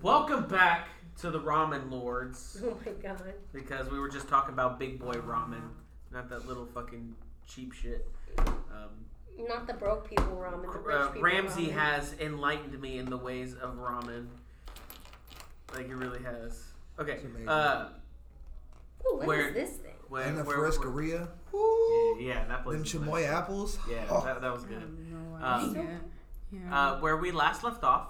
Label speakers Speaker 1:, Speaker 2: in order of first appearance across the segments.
Speaker 1: Welcome back to the Ramen Lords
Speaker 2: Oh my god.
Speaker 1: because we were just talking about big boy ramen, not that little fucking cheap shit. Um,
Speaker 2: Not the broke people ramen, the rich
Speaker 1: uh,
Speaker 2: people
Speaker 1: Ramsey
Speaker 2: ramen.
Speaker 1: has enlightened me in the ways of ramen. Like he really has. Okay.
Speaker 3: It's amazing.
Speaker 1: Uh,
Speaker 2: Ooh, what is
Speaker 1: where-
Speaker 2: this thing?
Speaker 1: where,
Speaker 3: and the
Speaker 1: where-
Speaker 3: frescaria.
Speaker 1: where- yeah, yeah, that place.
Speaker 3: Them
Speaker 1: is nice.
Speaker 3: chamoy apples.
Speaker 1: Yeah,
Speaker 3: Oh,
Speaker 1: that, that was
Speaker 4: I
Speaker 1: good.
Speaker 2: Mm-hmm.
Speaker 4: have no
Speaker 1: Um,
Speaker 4: idea. yeah.
Speaker 1: Uh, where we last left off,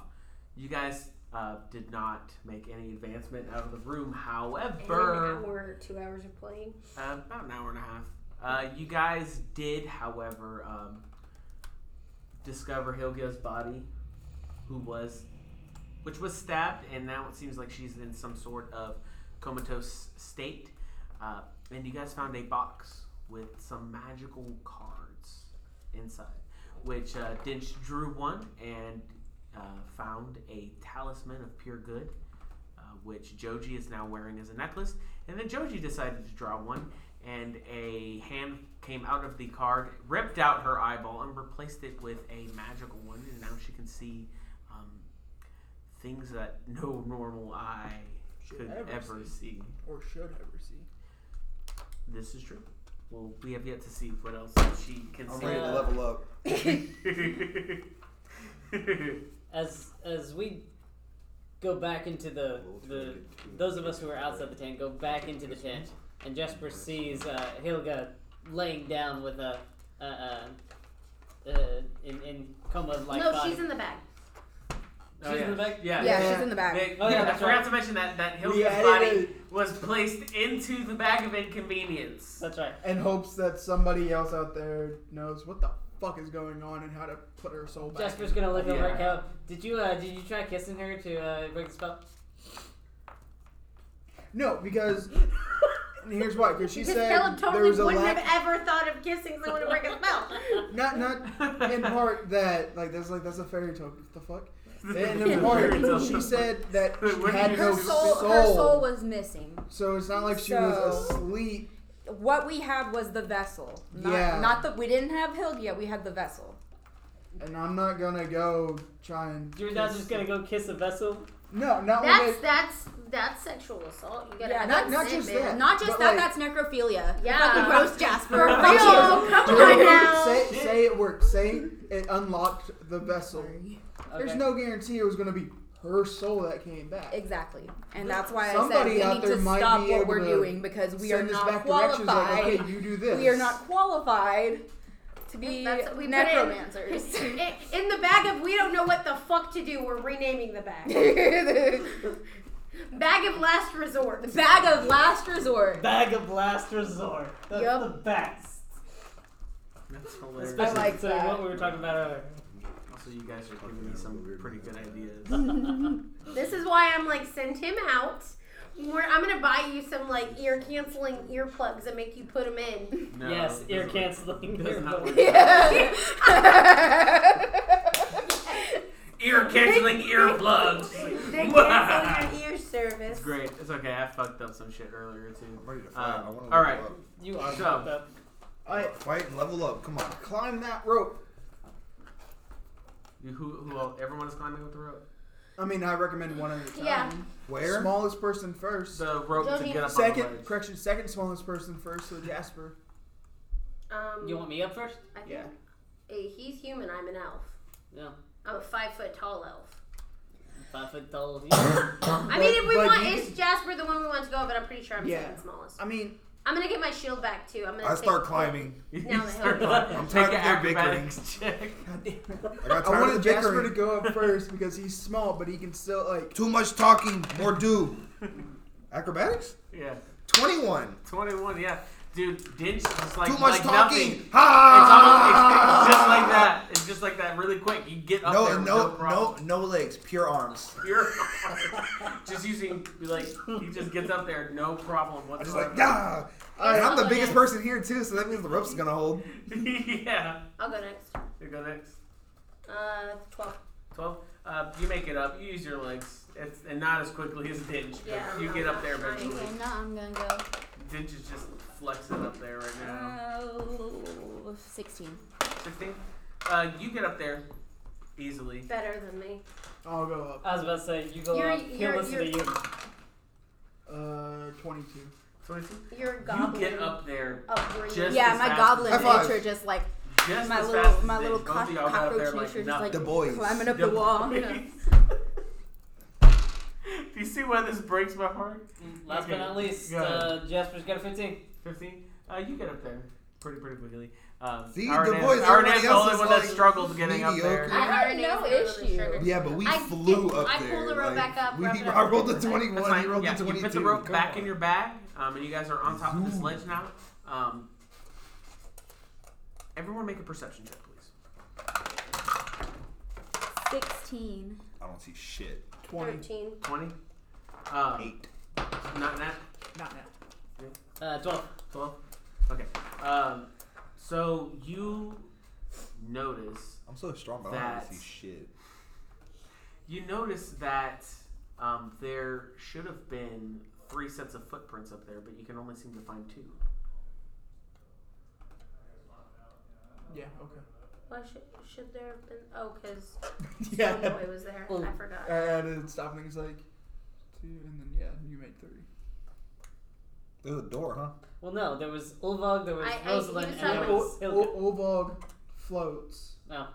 Speaker 1: you guys uh, did not make any advancement out of the room.
Speaker 2: And
Speaker 1: However,
Speaker 2: an hour, two hours of playing.
Speaker 1: Uh, about an hour and a half. Uh, you guys did, however, um, discover Hilga's body, who was, which was stabbed, and now it seems like she's in some sort of comatose state. Uh, and you guys found a box with some magical cards inside, which uh, Dinch drew one and uh, found a talisman of pure good, uh, which Joji is now wearing as a necklace. And then Joji decided to draw one, and a hand came out of the card, ripped out her eyeball, and replaced it with a magical one. And now she can see um, things that no normal eye
Speaker 5: Should
Speaker 1: could
Speaker 5: ever
Speaker 1: ever see.
Speaker 5: or should ever see.
Speaker 1: This is true. Well, we have yet to see what else she can
Speaker 3: I'm
Speaker 1: see.
Speaker 3: ready to
Speaker 6: Uh,
Speaker 3: level up.
Speaker 6: As as we go back into the the those of us who are outside the tent go back into the tent, and Jesper sees uh, Hilga laying down with a, a, a, a in, in coma like
Speaker 2: no,
Speaker 1: uh,
Speaker 6: body.
Speaker 2: she's in the bag.
Speaker 6: She's in the back.
Speaker 1: Oh, Yeah.
Speaker 4: yeah, she's in the back.
Speaker 1: They-
Speaker 6: Oh, yeah,
Speaker 1: yeah, I
Speaker 6: that's
Speaker 1: forgot
Speaker 6: right.
Speaker 1: to mention that that Hilda's
Speaker 5: We
Speaker 1: body
Speaker 5: added
Speaker 1: was placed into the bag of inconvenience.
Speaker 6: That's right.
Speaker 5: it in hopes that somebody else out there knows what the fuck is going on and how to put her soul back.
Speaker 6: Jesper's gonna look over
Speaker 1: Yeah.
Speaker 6: at Cal. Did you uh, did you try kissing her to uh, break the spell?
Speaker 5: No, because and here's why. Because she
Speaker 2: because
Speaker 5: said
Speaker 2: Philip
Speaker 5: there
Speaker 2: totally
Speaker 5: was a
Speaker 2: wouldn't
Speaker 5: lack,
Speaker 2: have ever thought of kissing someone to break a spell.
Speaker 5: not not in part that like that's like that's a fairy tale. What the fuck? And in
Speaker 1: It's
Speaker 5: part
Speaker 1: a-
Speaker 5: she said that
Speaker 1: Wait,
Speaker 5: she
Speaker 1: what
Speaker 5: had
Speaker 1: did
Speaker 5: no
Speaker 1: you
Speaker 4: Her
Speaker 1: just-
Speaker 4: soul, her soul was missing.
Speaker 5: So it's not like she was
Speaker 4: So-
Speaker 5: asleep.
Speaker 4: What we had was the vessel. Not,
Speaker 5: Yeah.
Speaker 4: Not the we didn't have Hilgia. We had the vessel.
Speaker 5: And I'm not gonna go try and.
Speaker 6: You're not just gonna go kiss a vessel.
Speaker 5: No, not when
Speaker 2: that's
Speaker 5: it,
Speaker 2: that's that's sexual assault. You gotta
Speaker 4: Yeah,
Speaker 2: that's
Speaker 5: not- not just that.
Speaker 4: Not just
Speaker 5: But,
Speaker 4: that.
Speaker 5: like-
Speaker 4: that's necrophilia.
Speaker 2: Yeah.
Speaker 4: Fucking gross, Jasper.
Speaker 2: For real,
Speaker 4: Fuck you.
Speaker 2: come
Speaker 5: Dude,
Speaker 2: on now.
Speaker 5: Say, say it worked. Say it unlocked the vessel. There's
Speaker 6: Okay.
Speaker 5: no guarantee it was going to be her soul that came back.
Speaker 4: Exactly. And that's why
Speaker 5: Somebody
Speaker 4: I
Speaker 5: out
Speaker 4: said we
Speaker 5: there
Speaker 4: need to
Speaker 5: might
Speaker 4: stop
Speaker 5: be
Speaker 4: what
Speaker 5: able
Speaker 4: we're
Speaker 5: to
Speaker 4: doing because we are
Speaker 5: Send us
Speaker 4: not
Speaker 5: back directions like,
Speaker 4: qualified.
Speaker 5: okay, you do this.
Speaker 4: we are not qualified to be
Speaker 2: That's what we put in.
Speaker 4: necromancers.
Speaker 2: I- in the bag of we don't know what the fuck to do. We're renaming the bag. bag of last resort.
Speaker 4: Bag of last resort.
Speaker 6: Bag of last resort. That's
Speaker 4: Yup.
Speaker 6: the best.
Speaker 1: That's hilarious.
Speaker 6: Especially
Speaker 4: like
Speaker 6: considering
Speaker 4: that.
Speaker 6: what we were talking about earlier.
Speaker 1: Also, you guys are giving me some pretty good ideas.
Speaker 2: This is why I'm like send him out. We're, I'm gonna buy you some like ear canceling earplugs and make you put them in.
Speaker 1: No,
Speaker 6: yes,
Speaker 1: it
Speaker 6: ear
Speaker 1: doesn't work.
Speaker 6: canceling.
Speaker 1: Does not work. Ear canceling earplugs.
Speaker 2: They cancel your ear service.
Speaker 1: It's great. It's okay. I fucked up some shit earlier too.
Speaker 3: I'm ready to fight. I want
Speaker 1: Um,
Speaker 3: to
Speaker 1: all
Speaker 3: level
Speaker 1: right.
Speaker 6: You are
Speaker 1: So-
Speaker 6: fucked up.
Speaker 5: I
Speaker 3: up. Fight and level up. Come on.
Speaker 5: climb that rope.
Speaker 1: You, who, who all, everyone is climbing up the rope.
Speaker 5: I mean, I recommend one at a time.
Speaker 2: Yeah.
Speaker 3: Where?
Speaker 5: Smallest person first.
Speaker 1: The rope to
Speaker 2: Joji.
Speaker 1: get up on the
Speaker 5: second,
Speaker 1: ledge.
Speaker 5: correction, second smallest person first. So Jasper.
Speaker 2: Um,
Speaker 6: You want me up first?
Speaker 2: I think
Speaker 5: Yeah.
Speaker 2: eh, he's human. I'm an elf.
Speaker 6: No.
Speaker 2: I'm a five foot tall elf.
Speaker 6: Five foot tall.
Speaker 2: I mean, if we
Speaker 5: but
Speaker 2: want,
Speaker 5: you
Speaker 2: it's Jasper the one we want to go, but I'm pretty sure I'm
Speaker 5: Yeah.
Speaker 2: second smallest.
Speaker 5: I mean,
Speaker 2: I'm gonna get my shield back too. I'm gonna.
Speaker 3: I
Speaker 2: take-
Speaker 3: start climbing.
Speaker 2: Now
Speaker 1: You
Speaker 2: the
Speaker 1: start
Speaker 2: hill.
Speaker 1: climbing.
Speaker 3: I'm
Speaker 1: Make
Speaker 3: tired
Speaker 1: an
Speaker 3: of their bickering.
Speaker 1: acrobatics check.
Speaker 3: I got tired
Speaker 5: I wanted
Speaker 3: of the
Speaker 5: Jasper to
Speaker 3: bickering.
Speaker 5: go up first because he's small, but he can still like.
Speaker 3: Too much talking. More do. Acrobatics?
Speaker 1: Yeah,
Speaker 3: 21.
Speaker 1: 21. Yeah, dude, Dinch just like
Speaker 3: Too much
Speaker 1: like
Speaker 3: talking.
Speaker 1: Nothing. It's, almost,
Speaker 3: Ha!
Speaker 1: it's just like that. It's just like that. Really quick, you get up
Speaker 3: No,
Speaker 1: there. with
Speaker 3: no,
Speaker 1: no,
Speaker 3: no,
Speaker 1: problem.
Speaker 3: no legs. Pure arms.
Speaker 1: You're just using like he just gets up there, no problem
Speaker 3: I'm just
Speaker 1: whatsoever.
Speaker 3: like, yeah. And I'm the biggest
Speaker 2: Yeah.
Speaker 3: person here too, so that means the rope's gonna hold.
Speaker 1: yeah.
Speaker 2: I'll go next.
Speaker 1: You go next.
Speaker 2: Uh, twelve.
Speaker 1: Twelve. Uh, you make it up. You use your legs. It's and not as quickly as Dinch. but
Speaker 2: Yeah,
Speaker 1: you
Speaker 2: I'm
Speaker 1: get
Speaker 2: not
Speaker 1: up there
Speaker 2: trying.
Speaker 1: eventually.
Speaker 4: now I'm gonna go.
Speaker 1: Dinch is just flexing up there right now.
Speaker 4: Oh, 16.
Speaker 1: Uh, Sixteen. Uh, you get up there easily.
Speaker 2: Better than me.
Speaker 5: I'll go up.
Speaker 6: I was about to say you go
Speaker 2: You're-
Speaker 6: up. He'll
Speaker 2: you're-
Speaker 6: listen to
Speaker 2: you're-
Speaker 6: you.
Speaker 5: Uh, 22.
Speaker 2: Your
Speaker 1: You
Speaker 2: goblin
Speaker 1: get up there
Speaker 2: upbringing.
Speaker 1: just-
Speaker 4: yeah,
Speaker 1: as
Speaker 4: my
Speaker 1: fast
Speaker 4: goblin
Speaker 3: as they- High five.
Speaker 4: nature just like
Speaker 1: just
Speaker 4: my
Speaker 1: as
Speaker 4: little
Speaker 1: fast as
Speaker 4: my
Speaker 1: they-
Speaker 4: little
Speaker 1: both of
Speaker 4: cock-
Speaker 1: y'all got up
Speaker 4: cockroach
Speaker 1: there
Speaker 4: nature
Speaker 1: like
Speaker 4: just like
Speaker 1: nothing.
Speaker 3: The boys.
Speaker 4: climbing up
Speaker 1: The
Speaker 4: the, wall.
Speaker 1: Do you see why this breaks my heart?
Speaker 6: Mm, Last but not least,
Speaker 1: Go ahead.
Speaker 6: uh, Jasper's got a 15.
Speaker 1: 15? Uh, you get up there pretty, pretty quickly. Um,
Speaker 3: See, the
Speaker 1: Arnaz-
Speaker 3: boys,
Speaker 1: Arnaz
Speaker 3: everybody
Speaker 1: the
Speaker 3: else
Speaker 1: only
Speaker 3: is
Speaker 1: one that
Speaker 3: like
Speaker 1: struggled getting up
Speaker 3: mediocre.
Speaker 1: there.
Speaker 4: I had no issue.
Speaker 3: Yeah, but we
Speaker 2: I-
Speaker 3: flew up
Speaker 2: I pulled
Speaker 3: there.
Speaker 2: the rope
Speaker 3: like,
Speaker 2: back up,
Speaker 3: We,
Speaker 2: rubbed it
Speaker 3: I
Speaker 2: up.
Speaker 3: rolled a 21.
Speaker 1: That's fine.
Speaker 3: You rolled
Speaker 1: yeah,
Speaker 3: a 22.
Speaker 1: you put the rope
Speaker 3: Come
Speaker 1: back
Speaker 3: on.
Speaker 1: in your bag, um, and you guys are on top of this
Speaker 3: Zoom.
Speaker 1: ledge now. Um, everyone make a perception check, please.
Speaker 4: Sixteen.
Speaker 3: I don't see shit.
Speaker 5: 20.
Speaker 2: 13.
Speaker 1: 20? Um,
Speaker 3: Eight.
Speaker 1: Not that.
Speaker 5: Not now.
Speaker 6: Uh, 12.
Speaker 1: 12? Okay. Um, so you notice
Speaker 3: I'm so strong, but I
Speaker 1: That's-
Speaker 3: don't see shit.
Speaker 1: You notice that um, there should have been three sets of footprints up there, but you can only seem to find two.
Speaker 5: Yeah, okay.
Speaker 2: Why should, should there have been? Oh, because
Speaker 5: Yeah.
Speaker 2: it was there.
Speaker 6: Well,
Speaker 2: I forgot.
Speaker 5: I added something. It's like two, and then yeah, you made three.
Speaker 3: There's a door, huh?
Speaker 6: Well, no, there was Ulvog, there was
Speaker 2: I- I- he
Speaker 6: Rosalind,
Speaker 2: was
Speaker 6: and
Speaker 2: talking
Speaker 6: there
Speaker 2: about-
Speaker 6: was
Speaker 5: O-
Speaker 6: Hilga.
Speaker 5: O- Olbog floats.
Speaker 6: No.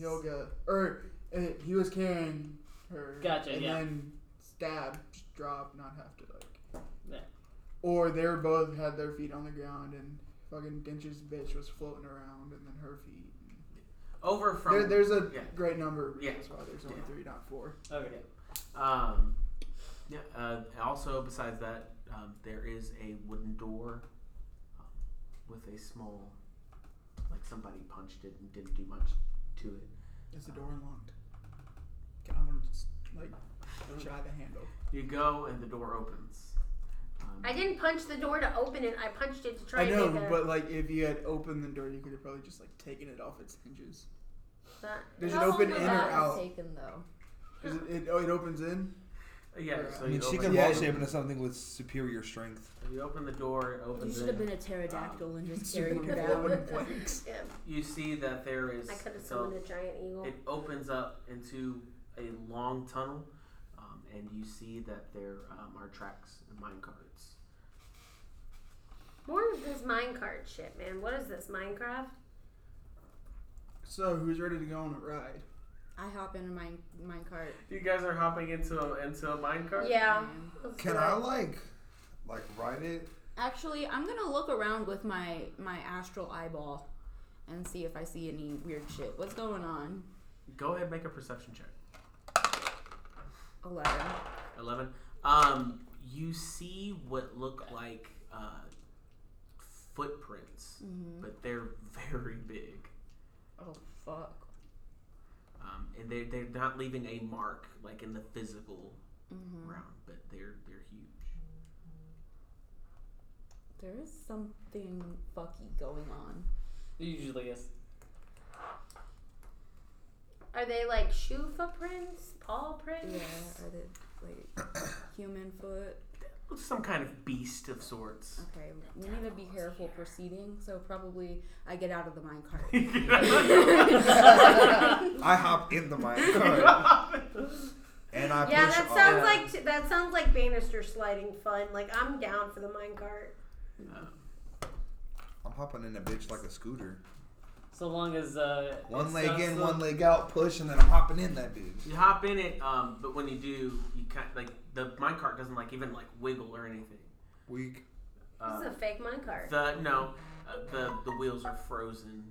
Speaker 5: Hilga, or uh, he was carrying her.
Speaker 6: Gotcha,
Speaker 5: And
Speaker 6: yeah.
Speaker 5: then stab, just drop, not have to like.
Speaker 6: Yeah.
Speaker 5: Or they were both had their feet on the ground, and fucking Dinch's bitch was floating around, and then her feet.
Speaker 1: Over from
Speaker 5: There, there's a
Speaker 1: yeah.
Speaker 5: great number of
Speaker 1: Yeah.
Speaker 5: reasons why there's only
Speaker 1: Yeah.
Speaker 5: three, not four.
Speaker 6: Okay.
Speaker 1: Um, yeah. Uh, and also, besides that, um, there is a wooden door um, with a small, like somebody punched it and didn't do much to it.
Speaker 5: Is the door unlocked? Can I want to just like try the handle?
Speaker 1: You go and the door opens. Um,
Speaker 2: I didn't punch the door to open it. I punched it to try
Speaker 5: I know,
Speaker 2: and make a.
Speaker 5: but like if you had opened the door, you could have probably just like taken it off its hinges.
Speaker 2: but-
Speaker 5: Does it
Speaker 4: How long
Speaker 5: open
Speaker 2: Oh,
Speaker 4: was
Speaker 5: in or
Speaker 4: that
Speaker 5: out?
Speaker 4: Taken though.
Speaker 5: 'Cause It, it, oh, it opens in.
Speaker 1: yeah. So
Speaker 3: I
Speaker 1: you
Speaker 3: mean, she
Speaker 1: open,
Speaker 3: can
Speaker 5: oh, Yeah.
Speaker 3: wall shape into something with superior strength.
Speaker 1: you open the door. It
Speaker 4: You
Speaker 1: opens.
Speaker 4: should have
Speaker 1: in.
Speaker 4: been a pterodactyl and just
Speaker 5: Stupid
Speaker 4: carried him
Speaker 5: people
Speaker 4: down.
Speaker 5: opening planks.
Speaker 2: yeah,
Speaker 1: You see that there is.
Speaker 2: I could have
Speaker 1: so-
Speaker 2: summoned a giant eagle.
Speaker 1: It opens up into a long tunnel, um, and you see that there um, are tracks and mine carts.
Speaker 2: More of this minecart shit, man. What is this, Minecraft?
Speaker 5: So who's ready to go on a ride?
Speaker 4: I hop in my minecart.
Speaker 1: You guys are hopping into a, into a mine cart.
Speaker 2: Yeah.
Speaker 3: Can I like, like ride it?
Speaker 4: Actually, I'm gonna look around with my my astral eyeball and see if I see any weird shit. What's going on?
Speaker 1: Go ahead, make a perception check.
Speaker 4: Eleven.
Speaker 1: Eleven. Um, you see what look like uh, footprints, but they're very big,
Speaker 4: Oh fuck.
Speaker 1: um, and they they're not leaving a mark like in the physical ground, but they're they're huge.
Speaker 4: There is something fucky going on.
Speaker 6: It usually is.
Speaker 2: Are they like shoe footprints, paw prints?
Speaker 4: Yeah, are they like human foot?
Speaker 1: Some kind of beast of sorts.
Speaker 4: Okay, we need to be careful proceeding. So probably I get out of the minecart.
Speaker 3: I hop in the mine cart
Speaker 1: Uh,
Speaker 3: and I
Speaker 2: Yeah,
Speaker 3: push
Speaker 2: that
Speaker 3: off.
Speaker 2: sounds like t- that sounds like banister sliding fun. Like I'm down for the minecart.
Speaker 3: I'm hopping in a bitch like a scooter.
Speaker 6: So long as. Uh,
Speaker 3: One
Speaker 6: it's
Speaker 3: leg
Speaker 6: not
Speaker 3: in,
Speaker 6: so-
Speaker 3: one leg out, push, and then I'm hopping in that bitch.
Speaker 1: You hop in it, um, but when you do, you kind like the minecart doesn't like even like wiggle or anything.
Speaker 3: Weak.
Speaker 1: Uh,
Speaker 2: This is a fake minecart.
Speaker 1: the no, uh, the the wheels are frozen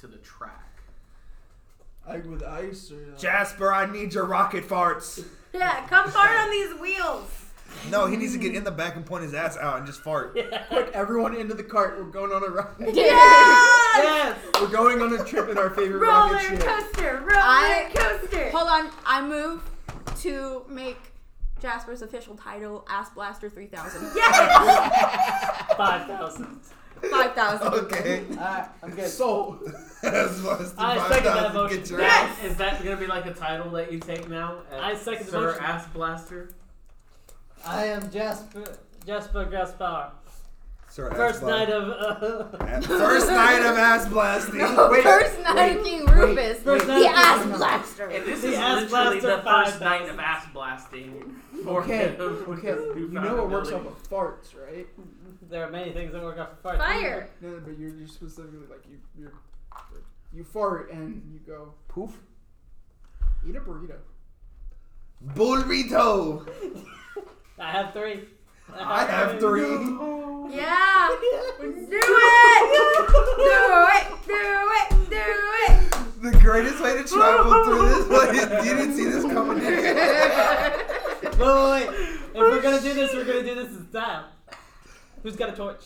Speaker 1: to the track.
Speaker 5: Like with ice or? uh, Like,
Speaker 3: Jasper, I need your rocket farts.
Speaker 2: Yeah, come fart on these wheels.
Speaker 3: No, he needs to get in the back and point his ass out and just fart.
Speaker 5: Quick, everyone into the cart. We're going on a ride.
Speaker 2: Yeah,
Speaker 6: Yes!
Speaker 5: We're going on a trip in our favorite
Speaker 2: roller
Speaker 5: rocket ship.
Speaker 2: coaster, roller
Speaker 4: I-
Speaker 2: coaster.
Speaker 4: Hold on, I move to make Jasper's official title Ass Blaster 3000.
Speaker 2: Yeah,
Speaker 6: 5,000.
Speaker 4: 5000.
Speaker 7: Oh,
Speaker 3: Okay.
Speaker 6: Alright, I'm good.
Speaker 5: So
Speaker 3: That's what's the
Speaker 6: I second that
Speaker 3: 5,000.
Speaker 6: motion.
Speaker 3: Get your
Speaker 2: Yes!
Speaker 3: ass.
Speaker 1: Is that gonna be like a title that you take now? Uh,
Speaker 6: I second the
Speaker 1: Sir
Speaker 6: motion.
Speaker 1: Ass Blaster.
Speaker 6: I am Jasper. Jasper Gaspar.
Speaker 3: Sir,
Speaker 6: First
Speaker 3: Ass
Speaker 6: night
Speaker 3: Blast-
Speaker 6: of uh,
Speaker 3: At first night of ass blasting. Wait,
Speaker 4: First night of King Rufus.
Speaker 6: First night
Speaker 4: the
Speaker 6: of
Speaker 4: ass
Speaker 6: King Rufus.
Speaker 4: blaster.
Speaker 1: And this
Speaker 6: The
Speaker 1: is
Speaker 6: ass
Speaker 1: literally
Speaker 6: blaster
Speaker 1: the first
Speaker 6: 5000.
Speaker 1: night of ass blasting. for
Speaker 5: Okay,
Speaker 1: him.
Speaker 5: okay. You
Speaker 1: Newfound
Speaker 5: know what works off
Speaker 1: ability.
Speaker 5: of farts, right?
Speaker 6: there are many things that work off of fire.
Speaker 2: Fire.
Speaker 5: No, but you're, you're specifically like you you're, you fart and you go
Speaker 3: Poof.
Speaker 5: eat a burrito.
Speaker 3: Burrito.
Speaker 6: I have three.
Speaker 3: I have three.
Speaker 2: Yeah. Do it. Do it. Do it. Do it.
Speaker 3: The greatest way to travel through this. Like, you didn't see this coming.
Speaker 6: Wait, wait, wait. If we're gonna do this, we're gonna do this in style. Who's got a torch?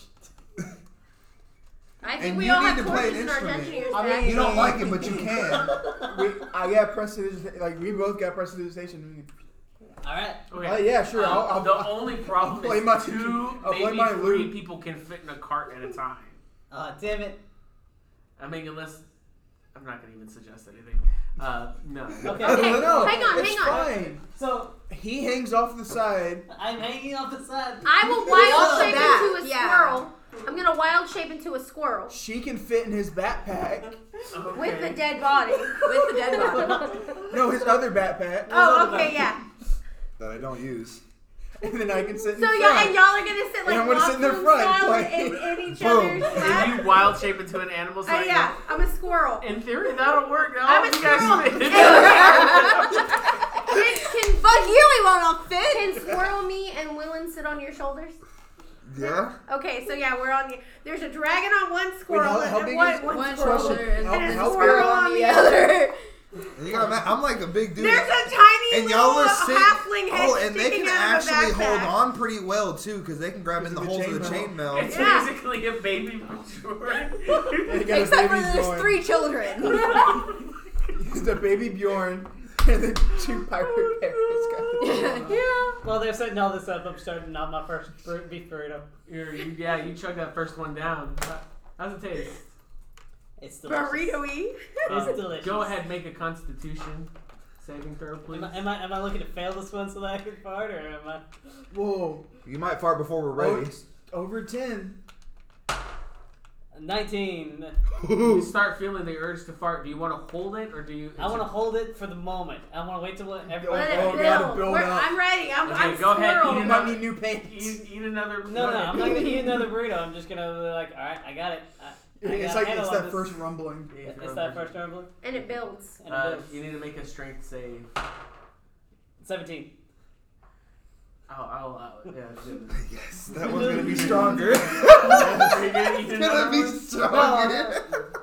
Speaker 2: I think
Speaker 3: And
Speaker 2: we
Speaker 3: you
Speaker 2: all
Speaker 3: need
Speaker 2: have
Speaker 3: to play
Speaker 2: torches
Speaker 3: an
Speaker 2: in our
Speaker 3: instrument.
Speaker 2: dungeon years
Speaker 5: I mean,
Speaker 2: back.
Speaker 3: You don't like it, but you can.
Speaker 5: We, I got prestidigitation. Like we both got prestidigitation.
Speaker 6: All right.
Speaker 1: Okay.
Speaker 5: Oh yeah, sure.
Speaker 1: Um,
Speaker 5: I'll, I'll,
Speaker 1: the only problem
Speaker 5: play
Speaker 1: is
Speaker 5: my-
Speaker 1: two,
Speaker 5: I'll play
Speaker 1: maybe
Speaker 5: my
Speaker 1: three
Speaker 5: loot.
Speaker 1: people can fit in a cart at a time.
Speaker 6: Oh damn it.
Speaker 1: I mean, unless I'm not gonna even suggest anything. Uh, no.
Speaker 6: Okay.
Speaker 2: Okay,
Speaker 5: no,
Speaker 2: hang on,
Speaker 5: it's
Speaker 2: hang on.
Speaker 5: Fine.
Speaker 6: So
Speaker 5: He hangs off the side.
Speaker 6: I'm hanging off the side.
Speaker 2: I will
Speaker 4: Also
Speaker 2: wild shape
Speaker 4: that,
Speaker 2: into a
Speaker 4: yeah.
Speaker 2: squirrel. I'm gonna wild shape into a squirrel
Speaker 5: She can fit in his backpack.
Speaker 1: Okay.
Speaker 2: with the dead body.
Speaker 4: With the dead body.
Speaker 5: No, his other backpack.
Speaker 2: Oh, okay, yeah.
Speaker 3: That I don't use.
Speaker 5: And then I can sit. in
Speaker 2: So y'all
Speaker 5: front.
Speaker 2: and y'all are gonna sit like
Speaker 5: I'm gonna sit in their
Speaker 2: lobster
Speaker 5: front,
Speaker 2: style
Speaker 5: like,
Speaker 2: in, in each
Speaker 5: boom.
Speaker 2: other's lap.
Speaker 1: If you wild shape into an
Speaker 5: Uh,
Speaker 1: animal, so
Speaker 2: Oh
Speaker 1: I
Speaker 2: yeah, I'm a squirrel.
Speaker 1: go, in theory that'll work. Now
Speaker 2: I'm a
Speaker 1: you guys
Speaker 2: squirrel.
Speaker 1: fit.
Speaker 2: Can, can,
Speaker 4: Fuck you, we won't all
Speaker 2: can
Speaker 4: fit.
Speaker 2: squirrel me and Willen sit on your shoulders?
Speaker 3: Yeah.
Speaker 2: Okay, so yeah, we're on the. There's a dragon on one squirrel.
Speaker 5: how- how
Speaker 2: and
Speaker 5: big
Speaker 2: one,
Speaker 5: is-
Speaker 2: one
Speaker 4: One
Speaker 2: squirrel.
Speaker 4: shoulder and
Speaker 5: How-
Speaker 4: then
Speaker 5: how
Speaker 4: a squirrel
Speaker 2: big?
Speaker 4: on the other.
Speaker 3: And you gotta ma- I'm like a big dude.
Speaker 2: There's a tiny
Speaker 3: and
Speaker 2: little uh,
Speaker 3: y'all are sick.
Speaker 2: halfling head
Speaker 3: Oh, and they
Speaker 2: sticking
Speaker 3: can
Speaker 2: out of a
Speaker 3: actually hold
Speaker 2: backpack.
Speaker 3: on pretty well too, because they can grab in the
Speaker 5: Because
Speaker 3: holes
Speaker 5: of the
Speaker 3: of the chainmail.
Speaker 1: It's
Speaker 2: Yeah.
Speaker 1: basically a baby maturing.
Speaker 5: You got a
Speaker 4: Except for
Speaker 5: baby
Speaker 4: there's
Speaker 5: Bjorn.
Speaker 4: three children.
Speaker 5: the baby Bjorn and the two pirate parents got the
Speaker 6: Well, they're setting all this up. I'm starting on my first bur- beef burrito.
Speaker 1: You're- you- yeah, you chug that first one down. How's it taste?
Speaker 6: It's delicious.
Speaker 2: Burrito-y.
Speaker 1: Uh,
Speaker 6: It's delicious.
Speaker 1: Go ahead, make a Constitution saving throw, please.
Speaker 6: Am I, am I am I looking to fail this one so that I can fart, or am I?
Speaker 5: Whoa,
Speaker 3: You might fart before we're ready.
Speaker 5: over ten.
Speaker 6: 19.
Speaker 1: you start feeling the urge to fart. Do you want to hold it or do you?
Speaker 6: I want to hold it for the moment. I want to wait till everyone.
Speaker 2: Let
Speaker 5: Oh,
Speaker 2: it build.
Speaker 5: we gotta build
Speaker 2: We're-
Speaker 5: up.
Speaker 2: I'm ready. I'm,
Speaker 1: Okay,
Speaker 2: I'm
Speaker 1: go ahead,
Speaker 2: squirrel.
Speaker 1: eat
Speaker 5: You
Speaker 1: it
Speaker 5: might need new pants.
Speaker 1: eat, eat another.
Speaker 6: No, no, I'm not gonna eat another burrito. I'm just gonna be like, all right, I got it. I,
Speaker 5: It's
Speaker 6: I got a
Speaker 5: like it's
Speaker 6: handle
Speaker 5: that
Speaker 6: on
Speaker 5: first
Speaker 6: this.
Speaker 5: rumbling.
Speaker 6: It's that first turbulent.
Speaker 2: And it builds.
Speaker 6: And
Speaker 1: Uh,
Speaker 6: it
Speaker 1: you
Speaker 6: is.
Speaker 1: need to make a strength save.
Speaker 6: Seventeen.
Speaker 1: I'll, I'll allow it. Yeah, it's good.
Speaker 3: Yes, that one's gonna be stronger.
Speaker 1: Are you gonna eat
Speaker 3: it's
Speaker 1: another
Speaker 3: gonna be
Speaker 1: one?
Speaker 3: stronger.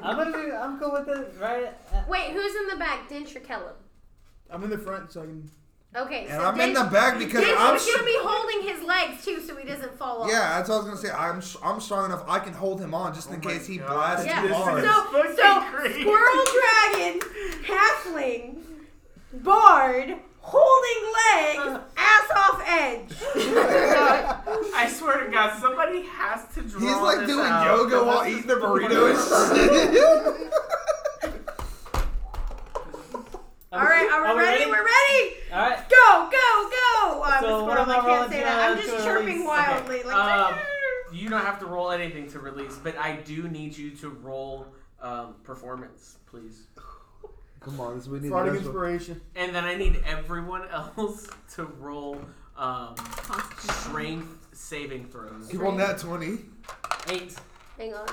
Speaker 6: I'm gonna do. I'm cool with it, right? Uh,
Speaker 2: Wait, who's in the back, Dinch or Kellum?
Speaker 5: I'm in the front, so I can.
Speaker 2: Okay,
Speaker 3: And
Speaker 2: so
Speaker 3: I'm in
Speaker 2: Dinch-
Speaker 3: the back because
Speaker 2: Dinch
Speaker 3: I'm.
Speaker 2: was
Speaker 3: Sh-
Speaker 2: gonna be holding his legs too, so he doesn't
Speaker 1: Oh.
Speaker 2: fall off.
Speaker 3: yeah, that's what I was gonna say. I'm sh- I'm strong enough. I can hold him on just in
Speaker 1: Oh my
Speaker 3: case he
Speaker 1: God.
Speaker 3: blasts
Speaker 2: Yeah.
Speaker 3: too hard.
Speaker 2: So,
Speaker 1: Fucking
Speaker 2: so
Speaker 1: great.
Speaker 2: squirrel dragon, halfling, bard, holding
Speaker 5: Uh.
Speaker 2: legs, ass off edge.
Speaker 1: I swear to God, somebody has to draw.
Speaker 3: He's like
Speaker 1: this
Speaker 3: doing
Speaker 1: out.
Speaker 3: yoga
Speaker 1: This
Speaker 3: while
Speaker 1: is
Speaker 3: eating the
Speaker 1: horrible.
Speaker 3: burrito and shit.
Speaker 2: All right, are we
Speaker 6: Are we
Speaker 2: ready?
Speaker 6: ready?
Speaker 2: We're ready.
Speaker 6: all right.
Speaker 2: Go, go, go. I'm
Speaker 6: So
Speaker 2: a
Speaker 6: what am
Speaker 2: squirrel. I
Speaker 6: I rolling
Speaker 2: can't say
Speaker 6: to-
Speaker 2: that. I'm
Speaker 6: to
Speaker 2: just chirping
Speaker 6: release?
Speaker 2: wildly. Like. "Ah!"
Speaker 1: Um,
Speaker 2: "Arr."
Speaker 1: You don't have to roll anything to release, but I do need you to roll um, performance, please.
Speaker 3: Come on, this is what we need.
Speaker 5: Farting
Speaker 3: to go.
Speaker 5: inspiration.
Speaker 1: And then I need everyone else to roll um, strength saving throws.
Speaker 3: He rolled that twenty.
Speaker 6: Eight.
Speaker 2: Hang on.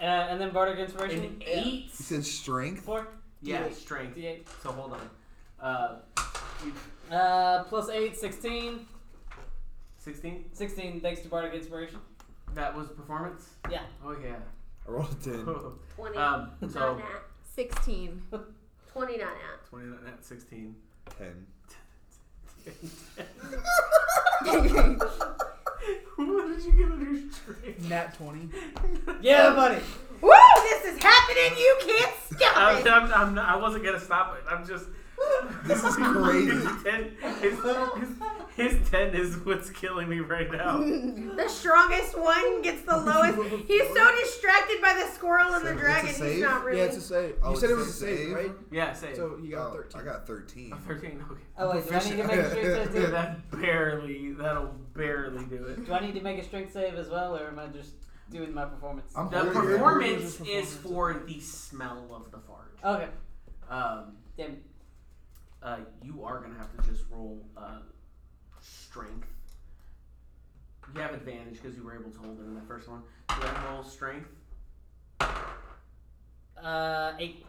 Speaker 6: Uh, and then bardic
Speaker 1: An
Speaker 6: inspiration.
Speaker 1: eight?
Speaker 3: He said strength.
Speaker 6: Four.
Speaker 1: Yeah,
Speaker 6: D8.
Speaker 1: strength.
Speaker 6: D8.
Speaker 1: So hold on. Uh,
Speaker 6: Uh, plus eight, 16.
Speaker 1: 16?
Speaker 6: 16, thanks to bardic inspiration.
Speaker 1: That was performance?
Speaker 6: Yeah.
Speaker 1: Oh, yeah.
Speaker 3: I rolled a ten.
Speaker 2: Twenty.
Speaker 1: um,
Speaker 2: not
Speaker 1: so,
Speaker 2: at.
Speaker 4: 16.
Speaker 2: Twenty not at.
Speaker 1: 20, not 16.
Speaker 3: Ten.
Speaker 1: what did you get on your strength?
Speaker 5: Nat twenty.
Speaker 6: Yeah, buddy.
Speaker 2: Woo! This is happening. You can't stop
Speaker 1: I'm,
Speaker 2: it.
Speaker 1: I'm, I'm not, I wasn't gonna stop it. I'm just.
Speaker 3: This is crazy.
Speaker 1: His, his, his, His ten is what's killing me right now.
Speaker 2: The strongest one gets the lowest. He's so distracted by the squirrel and the
Speaker 3: It's a
Speaker 2: dragon. He's
Speaker 3: save?
Speaker 2: not really.
Speaker 5: Yeah, it's a save.
Speaker 3: Oh,
Speaker 5: you said it
Speaker 3: it's
Speaker 5: was
Speaker 3: a
Speaker 5: a save,
Speaker 3: save?
Speaker 5: right?
Speaker 1: yeah, save.
Speaker 5: So he
Speaker 7: Oh,
Speaker 5: got 13.
Speaker 3: Oh, I got 13.
Speaker 1: Thirteen. Okay.
Speaker 6: Oh wait, do I need to make a strength
Speaker 1: Dude,
Speaker 6: save? Too?
Speaker 1: that barely. That'll barely do it.
Speaker 6: Do I need to make a strength save as well, or am I just doing my performance?
Speaker 3: I'm
Speaker 1: The
Speaker 3: holding it.
Speaker 1: performance is for the smell of the fart.
Speaker 6: Okay,
Speaker 1: Um,
Speaker 6: damn. it.
Speaker 1: uh, you are gonna have to just roll uh, strength. You have advantage because you were able to hold it in the first one. So that roll strength
Speaker 6: Uh, eight.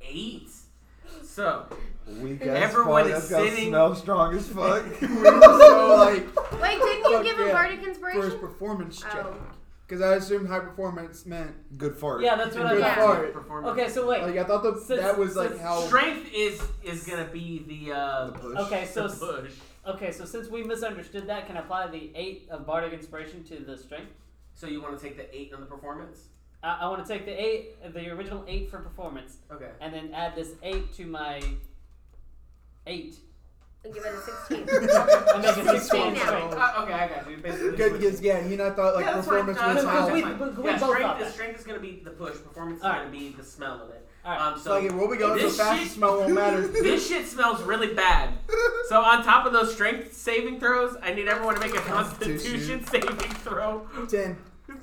Speaker 1: eight. So
Speaker 7: Weak
Speaker 1: Everyone
Speaker 7: fuck.
Speaker 1: is
Speaker 7: That's gotta
Speaker 1: sitting-
Speaker 7: smell strong as fuck.
Speaker 5: we were so like
Speaker 2: Wait, didn't you
Speaker 5: Fuck
Speaker 2: give him
Speaker 5: yeah.
Speaker 2: bardic
Speaker 5: for his
Speaker 2: inspiration?
Speaker 5: performance check
Speaker 2: Oh.
Speaker 5: because I assumed high performance meant
Speaker 7: Good fart.
Speaker 6: Yeah, that's what I
Speaker 5: Good
Speaker 6: thought.
Speaker 5: fart.
Speaker 1: performance.
Speaker 6: Okay, so wait.
Speaker 5: like I thought the,
Speaker 6: Since-
Speaker 5: that was like
Speaker 6: since
Speaker 5: how
Speaker 1: Strength is is gonna be the uh,
Speaker 3: The push.
Speaker 6: Okay, so
Speaker 1: the push.
Speaker 6: okay, so since we misunderstood that, can I apply the eight of bardic inspiration to the strength?
Speaker 1: So you want to take the eight on the performance?
Speaker 6: I, I want to take the eight, the original eight for performance,
Speaker 1: Okay.
Speaker 6: and then add this eight to my eight
Speaker 2: And give it a 16.
Speaker 6: and make it sixteen.
Speaker 2: now.
Speaker 6: Strength.
Speaker 1: Uh, okay, I got you. Basically,
Speaker 5: good because yeah, he and I thought like
Speaker 1: Yeah, that's fine.
Speaker 5: performance
Speaker 1: No,
Speaker 5: was
Speaker 1: that's
Speaker 5: how
Speaker 1: fine.
Speaker 6: We-
Speaker 1: that's
Speaker 6: we-
Speaker 1: fine.
Speaker 6: we
Speaker 1: Yeah,
Speaker 6: both
Speaker 1: strength,
Speaker 6: got
Speaker 1: the
Speaker 6: that.
Speaker 1: strength is gonna be the push. Performance is
Speaker 6: All right.
Speaker 1: gonna be the smell of it.
Speaker 6: All right.
Speaker 1: Um,
Speaker 5: so like
Speaker 1: so
Speaker 5: where we going so
Speaker 1: This
Speaker 5: fast the
Speaker 1: shit-
Speaker 5: smell won't matter.
Speaker 1: this shit smells really bad. So on top of those strength saving throws, I need everyone to make a Constitution
Speaker 3: Constitution.
Speaker 1: saving throw.
Speaker 5: Ten.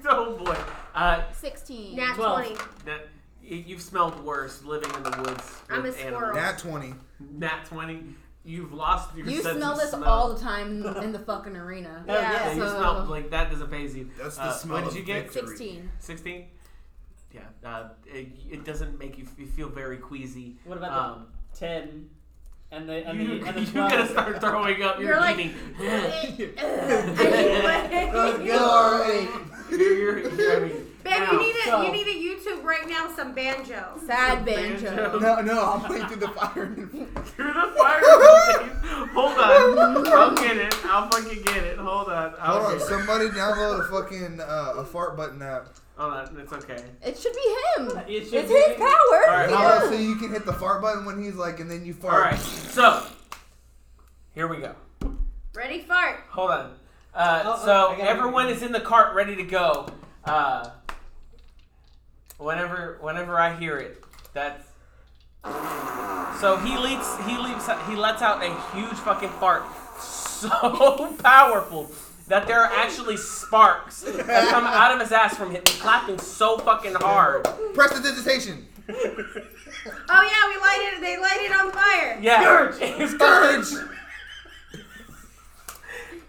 Speaker 1: oh boy. Uh,
Speaker 4: 16.
Speaker 2: Nat
Speaker 6: Twelve.
Speaker 2: 20.
Speaker 1: that, y- you've smelled worse living in the woods.
Speaker 2: I'm
Speaker 1: with
Speaker 2: a
Speaker 1: animals.
Speaker 2: squirrel.
Speaker 3: Nat 20.
Speaker 1: Nat twenty. You've lost your
Speaker 4: You
Speaker 1: sense
Speaker 4: smell
Speaker 1: of
Speaker 4: this
Speaker 1: smell.
Speaker 4: all the time in the fucking arena.
Speaker 6: Hell yeah.
Speaker 1: Yeah, you
Speaker 4: so-
Speaker 1: smell like that doesn't phase you.
Speaker 3: That's the
Speaker 1: Uh,
Speaker 3: smell
Speaker 1: what did
Speaker 3: of
Speaker 1: you get?
Speaker 3: victory.
Speaker 4: 16.
Speaker 1: 16 yeah uh, it, it doesn't make you, you feel very queasy
Speaker 6: What about
Speaker 1: um,
Speaker 6: the ten and the and
Speaker 1: you,
Speaker 6: the and the
Speaker 1: you
Speaker 6: twelve?
Speaker 1: gotta start throwing up
Speaker 2: You're
Speaker 1: you're
Speaker 2: like-
Speaker 1: eating
Speaker 2: I
Speaker 5: Let's
Speaker 2: mean,
Speaker 5: go
Speaker 2: what?
Speaker 5: already.
Speaker 1: you're, you're, you're I mean,
Speaker 2: Babe,
Speaker 1: now,
Speaker 2: you need, a,
Speaker 6: so-
Speaker 2: you need a YouTube right now, some banjo.
Speaker 4: Sad
Speaker 1: banjo.
Speaker 4: banjo.
Speaker 5: No, no, I'm playing through the fire. and-
Speaker 1: through the fire escape. hold on I'll get it I'll fucking get it hold on I'll
Speaker 3: Hold on,
Speaker 1: get it.
Speaker 3: somebody download a fucking uh, a fart button app.
Speaker 1: hold on it's okay
Speaker 4: It should be him.
Speaker 6: It should
Speaker 4: It's
Speaker 6: be-
Speaker 4: his power.
Speaker 1: Alright,
Speaker 3: Hold on,
Speaker 4: Yeah.
Speaker 3: so you can hit the fart button when he's like, and then you fart.
Speaker 1: alright so here we go
Speaker 2: Ready, fart.
Speaker 1: Hold on. Uh,
Speaker 6: Oh, oh,
Speaker 1: so
Speaker 6: I gotta-
Speaker 1: everyone is in the cart, ready to go. Uh, whenever, whenever I hear it, that's. So he leaps, he leaps, he lets out a huge fucking fart, so powerful that there are actually sparks that come out of his ass from him clapping so fucking hard.
Speaker 3: Press the digitation.
Speaker 2: Oh, yeah, we lighted it. They light it on fire.
Speaker 1: Yeah, it's
Speaker 3: Urge.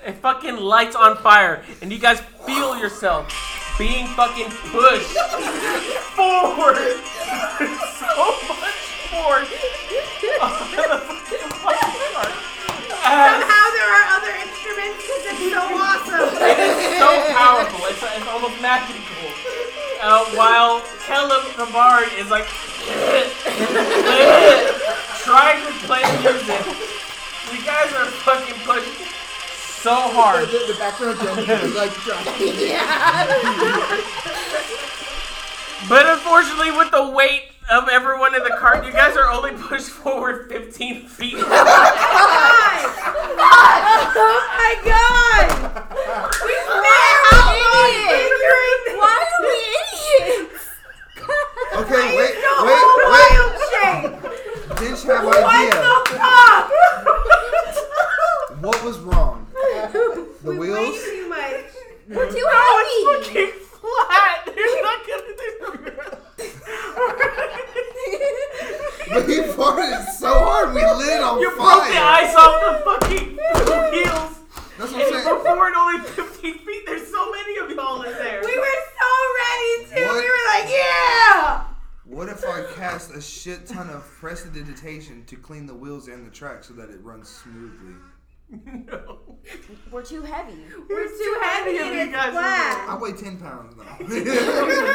Speaker 1: It fucking lights on fire, and you guys feel yourself being fucking pushed forward with so much force on the fucking fire cart. As
Speaker 2: Somehow there are other instruments because it's so awesome.
Speaker 1: it is so powerful, it's, it's almost magical. Uh, while Caleb the Bard is like trying to play music, you guys are fucking pushed so hard.
Speaker 5: The, the background jump is like dropping.
Speaker 1: But unfortunately, with the weight of everyone in the cart, you guys are only pushed forward 15 feet.
Speaker 2: God. Oh, my God. We spent how long figuring this?
Speaker 4: Why are we idiots?
Speaker 3: Okay, wait,
Speaker 2: The
Speaker 3: wait,
Speaker 2: whole wild shape.
Speaker 3: wait. Didn't have
Speaker 2: What
Speaker 3: idea.
Speaker 2: the fuck?
Speaker 3: What was wrong? The
Speaker 2: we
Speaker 3: wheels?
Speaker 2: weighed too much.
Speaker 4: We're too
Speaker 1: No, it's
Speaker 4: happy.
Speaker 1: fucking flat. There's not gonna
Speaker 3: But he farted so hard, we lit on
Speaker 1: do. You
Speaker 3: fire.
Speaker 1: broke the ice off the fucking wheels.
Speaker 3: That's what I'm
Speaker 1: And
Speaker 3: saying.
Speaker 1: before it only 15 feet, there's so many of y'all in there.
Speaker 2: We were so ready to.
Speaker 3: What?
Speaker 2: We were like, yeah.
Speaker 3: What if I cast a shit ton of prestidigitation to clean the wheels and the track so that it runs smoothly?
Speaker 1: No.
Speaker 4: We're too heavy.
Speaker 2: We're too heavy
Speaker 1: many of
Speaker 2: and
Speaker 1: you
Speaker 2: it's
Speaker 1: guys
Speaker 3: I
Speaker 2: flat.
Speaker 3: weigh 10 pounds now.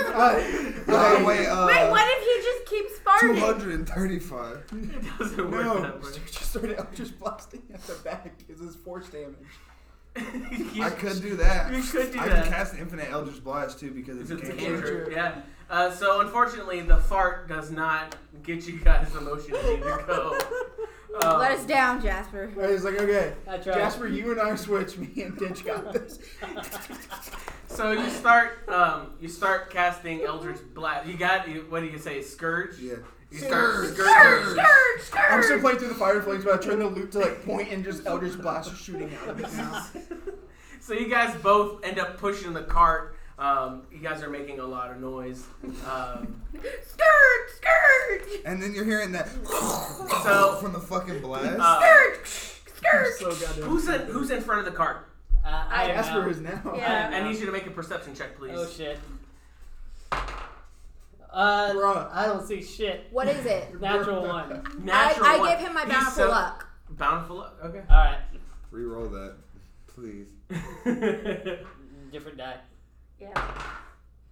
Speaker 3: I weigh uh,
Speaker 2: Wait, what if he just keeps farting?
Speaker 3: 235.
Speaker 1: It doesn't work
Speaker 5: No,
Speaker 1: that way.
Speaker 5: just started just blasting at the back. Is this force damage?
Speaker 1: You-
Speaker 3: I could do that.
Speaker 1: You could do
Speaker 3: I
Speaker 1: that.
Speaker 3: could cast Infinite Eldritch Blast too because
Speaker 1: It's
Speaker 3: it's
Speaker 1: a
Speaker 3: game
Speaker 5: danger.
Speaker 1: danger. Yeah. Uh, so unfortunately, the fart does not get you guys the motion you need to go. Um,
Speaker 4: Let us down, Jasper.
Speaker 5: I was like, okay,
Speaker 6: I tried.
Speaker 5: Jasper, you and I switch. Me and Ditch got this.
Speaker 1: So you start, um, you start casting Eldritch Blast. You got, you, what do you say, Scourge?
Speaker 3: Yeah.
Speaker 1: You
Speaker 5: Scourge,
Speaker 1: start
Speaker 3: scourge,
Speaker 2: Scourge,
Speaker 5: I'm still
Speaker 2: scourge.
Speaker 5: playing through the fire flames, but I turn the loop to like point and just Eldritch Blast is shooting out of it now.
Speaker 1: So you guys both end up pushing the cart. Um, you guys are making a lot of noise. Um,
Speaker 2: Scourge, scourge.
Speaker 3: And then you're hearing that
Speaker 1: So-
Speaker 3: from the fucking blast.
Speaker 1: uh,
Speaker 2: Scourge,
Speaker 5: I'm
Speaker 2: scourge.
Speaker 5: so goddamn.
Speaker 1: who's in Who's in front of the cart?
Speaker 6: I, I am
Speaker 5: Jasper
Speaker 6: out.
Speaker 5: is now.
Speaker 1: I,
Speaker 2: Yeah.
Speaker 1: I need you to make a perception check, please.
Speaker 6: Oh shit. Uh,
Speaker 5: Bruh.
Speaker 6: I don't see shit.
Speaker 4: What is it?
Speaker 6: Natural one.
Speaker 4: I,
Speaker 1: Natural
Speaker 4: I
Speaker 1: one.
Speaker 4: give him my
Speaker 1: He's
Speaker 4: bountiful
Speaker 1: so-
Speaker 4: luck.
Speaker 1: Bountiful luck. Okay.
Speaker 6: All right,
Speaker 7: Reroll that, please.
Speaker 6: different die.
Speaker 2: Yeah.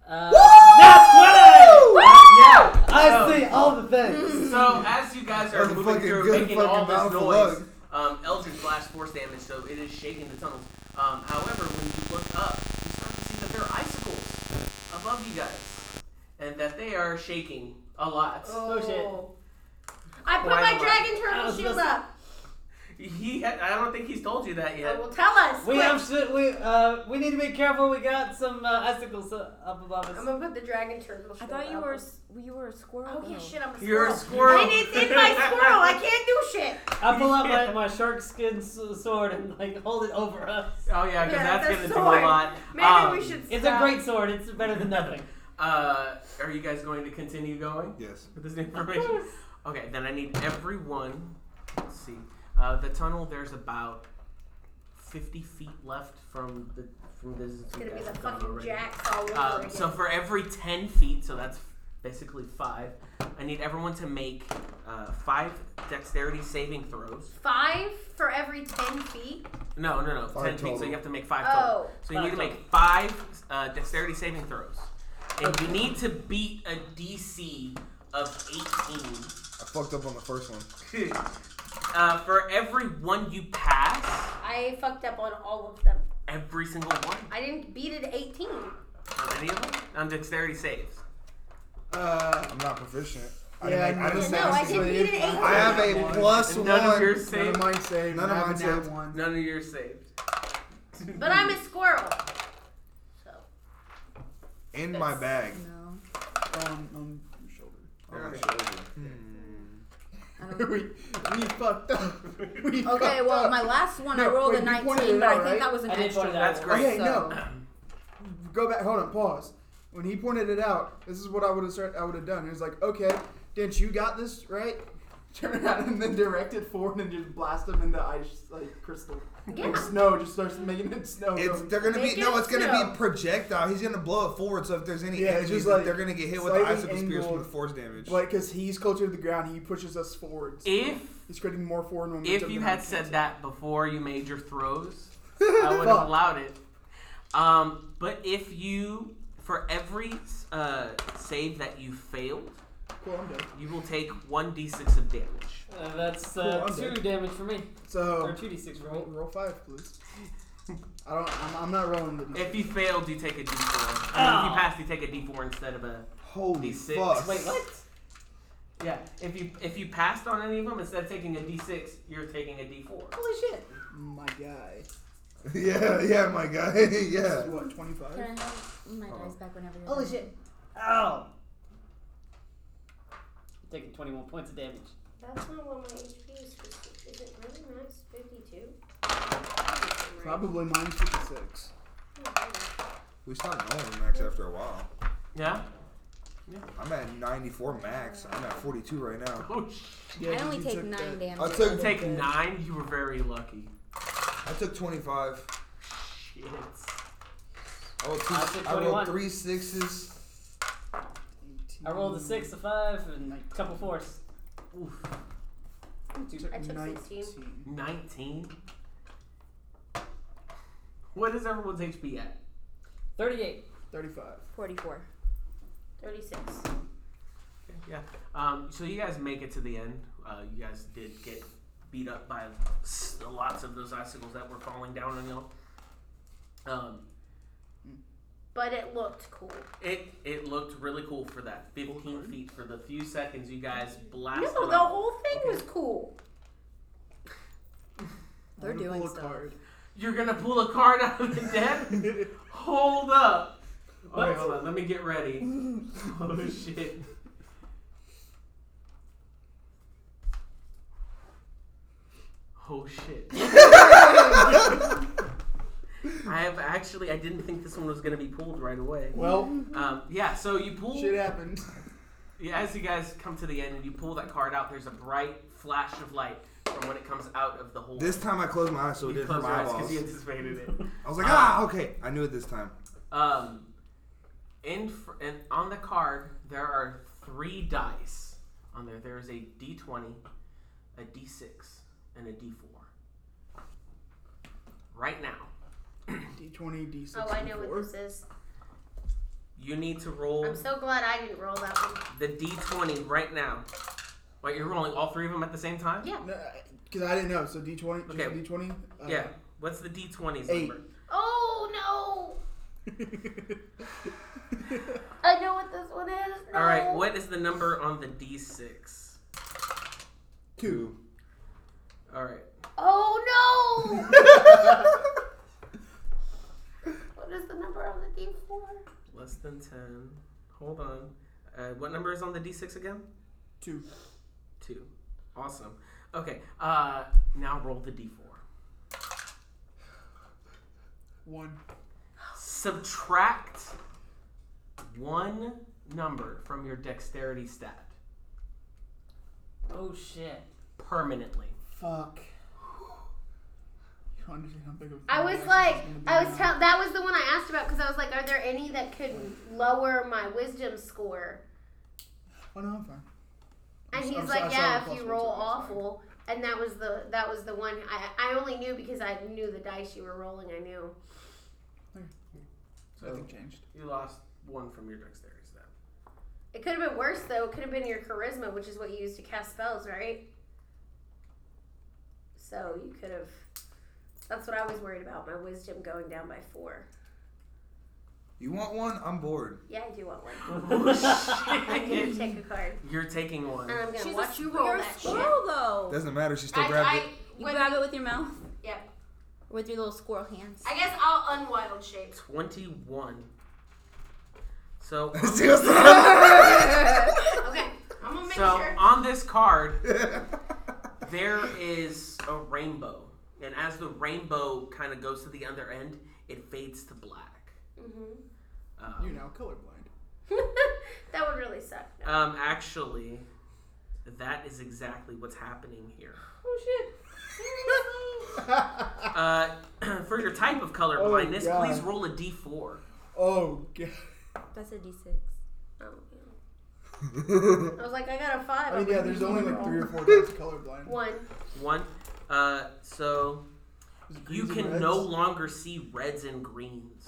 Speaker 6: Uh, nat Oh. 20!
Speaker 1: yeah.
Speaker 6: I
Speaker 1: so,
Speaker 6: see all the things.
Speaker 1: So as you guys are
Speaker 3: That's a
Speaker 1: moving
Speaker 3: fucking
Speaker 1: through,
Speaker 3: good
Speaker 1: making
Speaker 3: fucking
Speaker 1: all this
Speaker 3: bountiful
Speaker 1: noise,
Speaker 3: luck.
Speaker 1: um, Eldritch Blast force damage, so it is shaking the tunnel. Um, however, when you look up, you start to see that there are icicles above you guys, and that they are shaking a lot.
Speaker 6: Oh, shit.
Speaker 2: I put
Speaker 1: Why
Speaker 2: my
Speaker 1: not?
Speaker 2: dragon
Speaker 6: I
Speaker 2: turtle
Speaker 6: was
Speaker 2: shield
Speaker 6: listening.
Speaker 2: up.
Speaker 1: He, had, I don't think he's told you that
Speaker 2: I
Speaker 1: yet.
Speaker 2: will tell us.
Speaker 6: We
Speaker 2: quick.
Speaker 6: have shit. We uh, we need to be careful. We got some uh, icicles uh, up above us.
Speaker 2: I'm gonna put the dragon turtle.
Speaker 4: I
Speaker 2: shield
Speaker 4: thought you
Speaker 2: up.
Speaker 4: were you were a squirrel.
Speaker 2: Oh yeah, shit. I'm a
Speaker 1: You're a
Speaker 2: squirrel.
Speaker 1: squirrel.
Speaker 2: And it's in my squirrel. I can't do shit.
Speaker 6: I pull out my, my shark skin s- sword and like hold it over us.
Speaker 1: Oh yeah, because
Speaker 2: Yeah,
Speaker 1: that's
Speaker 2: the
Speaker 1: gonna
Speaker 2: sword.
Speaker 1: do a lot.
Speaker 2: Maybe
Speaker 1: Um,
Speaker 2: we should.
Speaker 6: It's a
Speaker 2: stop.
Speaker 6: great sword. It's better than nothing.
Speaker 1: Uh, are you guys going to continue going?
Speaker 3: yes.
Speaker 1: with this information. Okay, then I need everyone. Let's see. Uh, the tunnel. There's about fifty feet left from the from this.
Speaker 2: It's gonna be the fucking jacks all over
Speaker 1: Um,
Speaker 2: again.
Speaker 1: so for every ten feet, so that's basically five. I need everyone to make uh, five dexterity saving throws.
Speaker 2: Five for every ten feet.
Speaker 1: No, no, no,
Speaker 7: Five
Speaker 1: ten feet. So
Speaker 7: total.
Speaker 1: you have to make five total.
Speaker 2: Oh,
Speaker 1: So you need to
Speaker 6: Five
Speaker 1: make five uh, dexterity saving throws, and you need to beat a DC of eighteen.
Speaker 7: I fucked up on the first one.
Speaker 1: Hmm. uh, for every one you pass,
Speaker 2: I fucked up on all of them.
Speaker 1: every single one
Speaker 2: I didn't beat it eighteen.
Speaker 1: on any of them on dexterity saves.
Speaker 5: Uh,
Speaker 7: I'm not proficient. I
Speaker 5: Yeah,
Speaker 7: didn't make- I
Speaker 5: no,
Speaker 7: didn't
Speaker 2: no,
Speaker 7: make
Speaker 2: I
Speaker 7: a
Speaker 2: can
Speaker 7: single-
Speaker 2: beat it eighteen.
Speaker 5: I
Speaker 7: I have a
Speaker 5: One.
Speaker 7: plus
Speaker 1: And
Speaker 7: one.
Speaker 1: none of yours
Speaker 5: none
Speaker 1: saved.
Speaker 5: of mine saved.
Speaker 7: None
Speaker 5: None
Speaker 7: of
Speaker 5: of
Speaker 7: mine saved.
Speaker 5: one.
Speaker 1: None of yours saved.
Speaker 2: But I'm a squirrel. So
Speaker 7: in my bag.
Speaker 4: No,
Speaker 5: Um, on your shoulder. Oh,
Speaker 4: I
Speaker 5: we
Speaker 4: don't.
Speaker 5: we fucked up. We fucked
Speaker 4: Okay, well,
Speaker 5: up.
Speaker 4: my last one I
Speaker 5: No,
Speaker 4: rolled
Speaker 5: wait,
Speaker 4: a
Speaker 5: you pointed
Speaker 4: 19,
Speaker 5: it
Speaker 4: but I
Speaker 5: out,
Speaker 4: think
Speaker 5: right?
Speaker 4: that was an
Speaker 6: I did
Speaker 4: extra.
Speaker 6: point it out.
Speaker 1: That's
Speaker 4: roll,
Speaker 1: great.
Speaker 5: Oh, Okay,
Speaker 4: so-
Speaker 5: no. Go back. Hold on. Pause. When he pointed it out, this is what I would have started. I would have done. He was like, "Okay, Dent, you got this, right?" Turn around and then direct it forward and just blast him into ice, like crystal, like
Speaker 2: yeah.
Speaker 5: snow. Just starts making it snow.
Speaker 3: It's
Speaker 5: going-
Speaker 3: they're gonna
Speaker 2: Make
Speaker 3: be no,
Speaker 2: it
Speaker 3: it's gonna
Speaker 2: snow.
Speaker 3: be projectile. He's gonna blow it forward. So if there's any
Speaker 5: Yeah, it's
Speaker 3: enemies,
Speaker 5: just like
Speaker 3: they're gonna get hit with the
Speaker 5: slightly
Speaker 3: icicle spears from the
Speaker 5: angled,
Speaker 3: force damage.
Speaker 5: like because he's closer to the ground, he pushes us forward.
Speaker 1: If
Speaker 5: he's creating more forward momentum.
Speaker 1: if you
Speaker 5: than
Speaker 1: had
Speaker 5: we
Speaker 1: said
Speaker 5: can.
Speaker 1: that before you made your throws, I would have
Speaker 5: Fuck.
Speaker 1: allowed it. Um, but if you for every uh, save that you failed,
Speaker 5: cool, I'm dead.
Speaker 1: you will take one d6 of damage.
Speaker 6: Uh, that's uh,
Speaker 5: Cool, I'm
Speaker 6: two
Speaker 5: dead.
Speaker 6: damage for me, or
Speaker 5: So
Speaker 6: two d six for me.
Speaker 5: roll, roll five, please. I don't. I'm, I'm not rolling the.
Speaker 1: If you failed, you take a d4. I mean, if
Speaker 6: Ow.
Speaker 1: you passed, you take a d4 instead of a
Speaker 7: Holy
Speaker 1: D6.
Speaker 7: fuck.
Speaker 6: Wait, what?
Speaker 1: Yeah, if you if you passed on any of them, instead of taking a D6, you're taking a D4.
Speaker 6: Holy shit!
Speaker 5: my guy.
Speaker 7: yeah, yeah, my guy.
Speaker 5: This
Speaker 7: yeah.
Speaker 5: is what 25.
Speaker 4: Can I have my dice back whenever you're
Speaker 6: Holy
Speaker 4: done?
Speaker 6: shit! Ow! Taking twenty one points of damage.
Speaker 2: That's not what my HP is. for. Is it really max fifty-two?
Speaker 5: Probably mine's 56.
Speaker 7: We start going max after a while.
Speaker 1: Yeah.
Speaker 7: I'm at 94 max. I'm at 42 right now.
Speaker 1: Oh,
Speaker 4: I only take 9 damage.
Speaker 7: I took-
Speaker 1: you take nine. You were very lucky.
Speaker 7: I took 25.
Speaker 1: Shit.
Speaker 7: I rolled, two,
Speaker 6: I took
Speaker 7: I
Speaker 6: 21.
Speaker 7: rolled three sixes.
Speaker 6: I rolled a six, a five, and a couple fours.
Speaker 1: Oof.
Speaker 2: I took 16.
Speaker 1: Nineteen. What is everyone's HP at?
Speaker 6: Thirty eight.
Speaker 5: 35.
Speaker 4: 44.
Speaker 2: Thirty-six.
Speaker 1: Yeah. Um. So you guys make it to the end. Uh. You guys did get beat up by s- lots of those icicles that were falling down on y'all. Um.
Speaker 2: But it looked cool.
Speaker 1: It it looked really cool for that 15 feet for the few seconds you guys blasted.
Speaker 2: No, the
Speaker 1: off.
Speaker 2: whole thing was cool.
Speaker 4: They're
Speaker 5: I'm gonna
Speaker 4: doing
Speaker 5: pull a
Speaker 4: stuff.
Speaker 5: card.
Speaker 1: You're gonna pull a card out of the deck? hold up.
Speaker 5: All right,
Speaker 1: Wait, hold
Speaker 5: hold
Speaker 1: on. Let me get ready. oh shit. Oh shit. I have actually I didn't think this one was gonna be pulled right away.
Speaker 5: Well,
Speaker 1: Um, yeah, so you pull
Speaker 5: shit happened.
Speaker 1: yeah, as you guys come to the end and you pull that card out, there's a bright flash of light from when it comes out of the hole.
Speaker 7: This time I closed my eyes so it
Speaker 1: you
Speaker 7: didn't hurt
Speaker 1: close your
Speaker 7: my
Speaker 1: eyes
Speaker 7: eyeballs.
Speaker 1: because you anticipated it.
Speaker 7: I was like, ah, okay. I knew it this time.
Speaker 1: Um, in fr- and on the card there are three dice on there. There is a D twenty, a D six, and a D four. Right now,
Speaker 5: D20, D6.
Speaker 2: Oh, I know what
Speaker 5: D4.
Speaker 2: this is.
Speaker 1: you need to roll
Speaker 2: I'm so glad I didn't roll that one.
Speaker 1: the D twenty right now. Wait, you're rolling all three of them at the same time?
Speaker 2: Yeah.
Speaker 5: Because I didn't know. So D20, just
Speaker 1: Okay.
Speaker 5: D20? Uh,
Speaker 1: Yeah. What's the D 20s
Speaker 5: Eight.
Speaker 1: number?
Speaker 2: Oh no! I know what this one is. No.
Speaker 1: All right. What is the number on the D six?
Speaker 5: Two.
Speaker 1: All right.
Speaker 2: Oh no! what is the number on the D four?
Speaker 1: Less than ten. Hold on. Uh, what number is on the D six again?
Speaker 5: Two.
Speaker 1: Two. Awesome. Okay. Uh, now roll the D four.
Speaker 5: One.
Speaker 1: Subtract one number from your dexterity stat
Speaker 6: Oh shit.
Speaker 1: permanently.
Speaker 5: Fuck. You understand how big of a
Speaker 2: I was
Speaker 5: fuck
Speaker 2: like,
Speaker 5: this is gonna
Speaker 2: I
Speaker 5: be
Speaker 2: was
Speaker 5: now.
Speaker 2: tell- that was the one I asked about because I was like, are there any that could lower my wisdom score?
Speaker 5: Oh, no, I'm fine.
Speaker 2: And
Speaker 5: I'm
Speaker 2: he's
Speaker 5: so-
Speaker 2: like,
Speaker 5: I saw the
Speaker 2: yeah, if
Speaker 5: plus
Speaker 2: you
Speaker 5: one,
Speaker 2: roll
Speaker 5: so that's fine."
Speaker 2: awful. And that was the that was the one I, I only knew because I knew the dice you were rolling. I knew.
Speaker 5: Nothing changed.
Speaker 1: you lost one from your dexterity stat.
Speaker 2: It could have been worse though. It could have been your charisma, which is what you use to cast spells, right? So you could have. That's what I was worried about. My wisdom going down by four.
Speaker 3: You want one? I'm bored.
Speaker 2: Yeah, I do want one. I'm gonna
Speaker 1: Oh, shit.
Speaker 2: take a card
Speaker 1: You're taking one.
Speaker 2: and I'm gonna
Speaker 4: She's
Speaker 2: watch
Speaker 4: a,
Speaker 2: you roll
Speaker 4: you're a
Speaker 2: that shit.
Speaker 4: squirrel, though.
Speaker 7: Doesn't matter. She still
Speaker 2: I,
Speaker 7: grabbed
Speaker 2: I,
Speaker 7: it.
Speaker 4: You
Speaker 2: when-
Speaker 4: grab it with your mouth.
Speaker 2: Yeah.
Speaker 4: With your little squirrel hands.
Speaker 2: I guess I'll unwild shape.
Speaker 1: 21. So,
Speaker 7: She was so-
Speaker 2: Okay, I'm gonna make
Speaker 1: so
Speaker 2: sure.
Speaker 1: on this card, there is a rainbow. And as the rainbow kind of goes to the other end, it fades to black.
Speaker 2: hmm
Speaker 1: Um,
Speaker 5: You now colorblind.
Speaker 2: that would really suck. No.
Speaker 1: Um, actually, that is exactly what's happening here.
Speaker 2: Oh shit. Oh,
Speaker 1: Uh, for your type of color
Speaker 5: Oh,
Speaker 1: blindness,
Speaker 5: God.
Speaker 1: please roll a d4.
Speaker 5: oh, God.
Speaker 4: That's a D6.
Speaker 2: Oh, yeah. I was like, I got a five.
Speaker 5: I
Speaker 2: I'm
Speaker 5: mean, Oh, yeah,
Speaker 2: like,
Speaker 5: there's
Speaker 2: you
Speaker 5: only
Speaker 2: can
Speaker 5: like
Speaker 2: roll.
Speaker 5: three or four guys colorblind.
Speaker 2: One.
Speaker 1: One. Uh, so
Speaker 5: Is it
Speaker 1: you
Speaker 5: greens and
Speaker 1: can
Speaker 5: reds?
Speaker 1: no longer see reds and greens.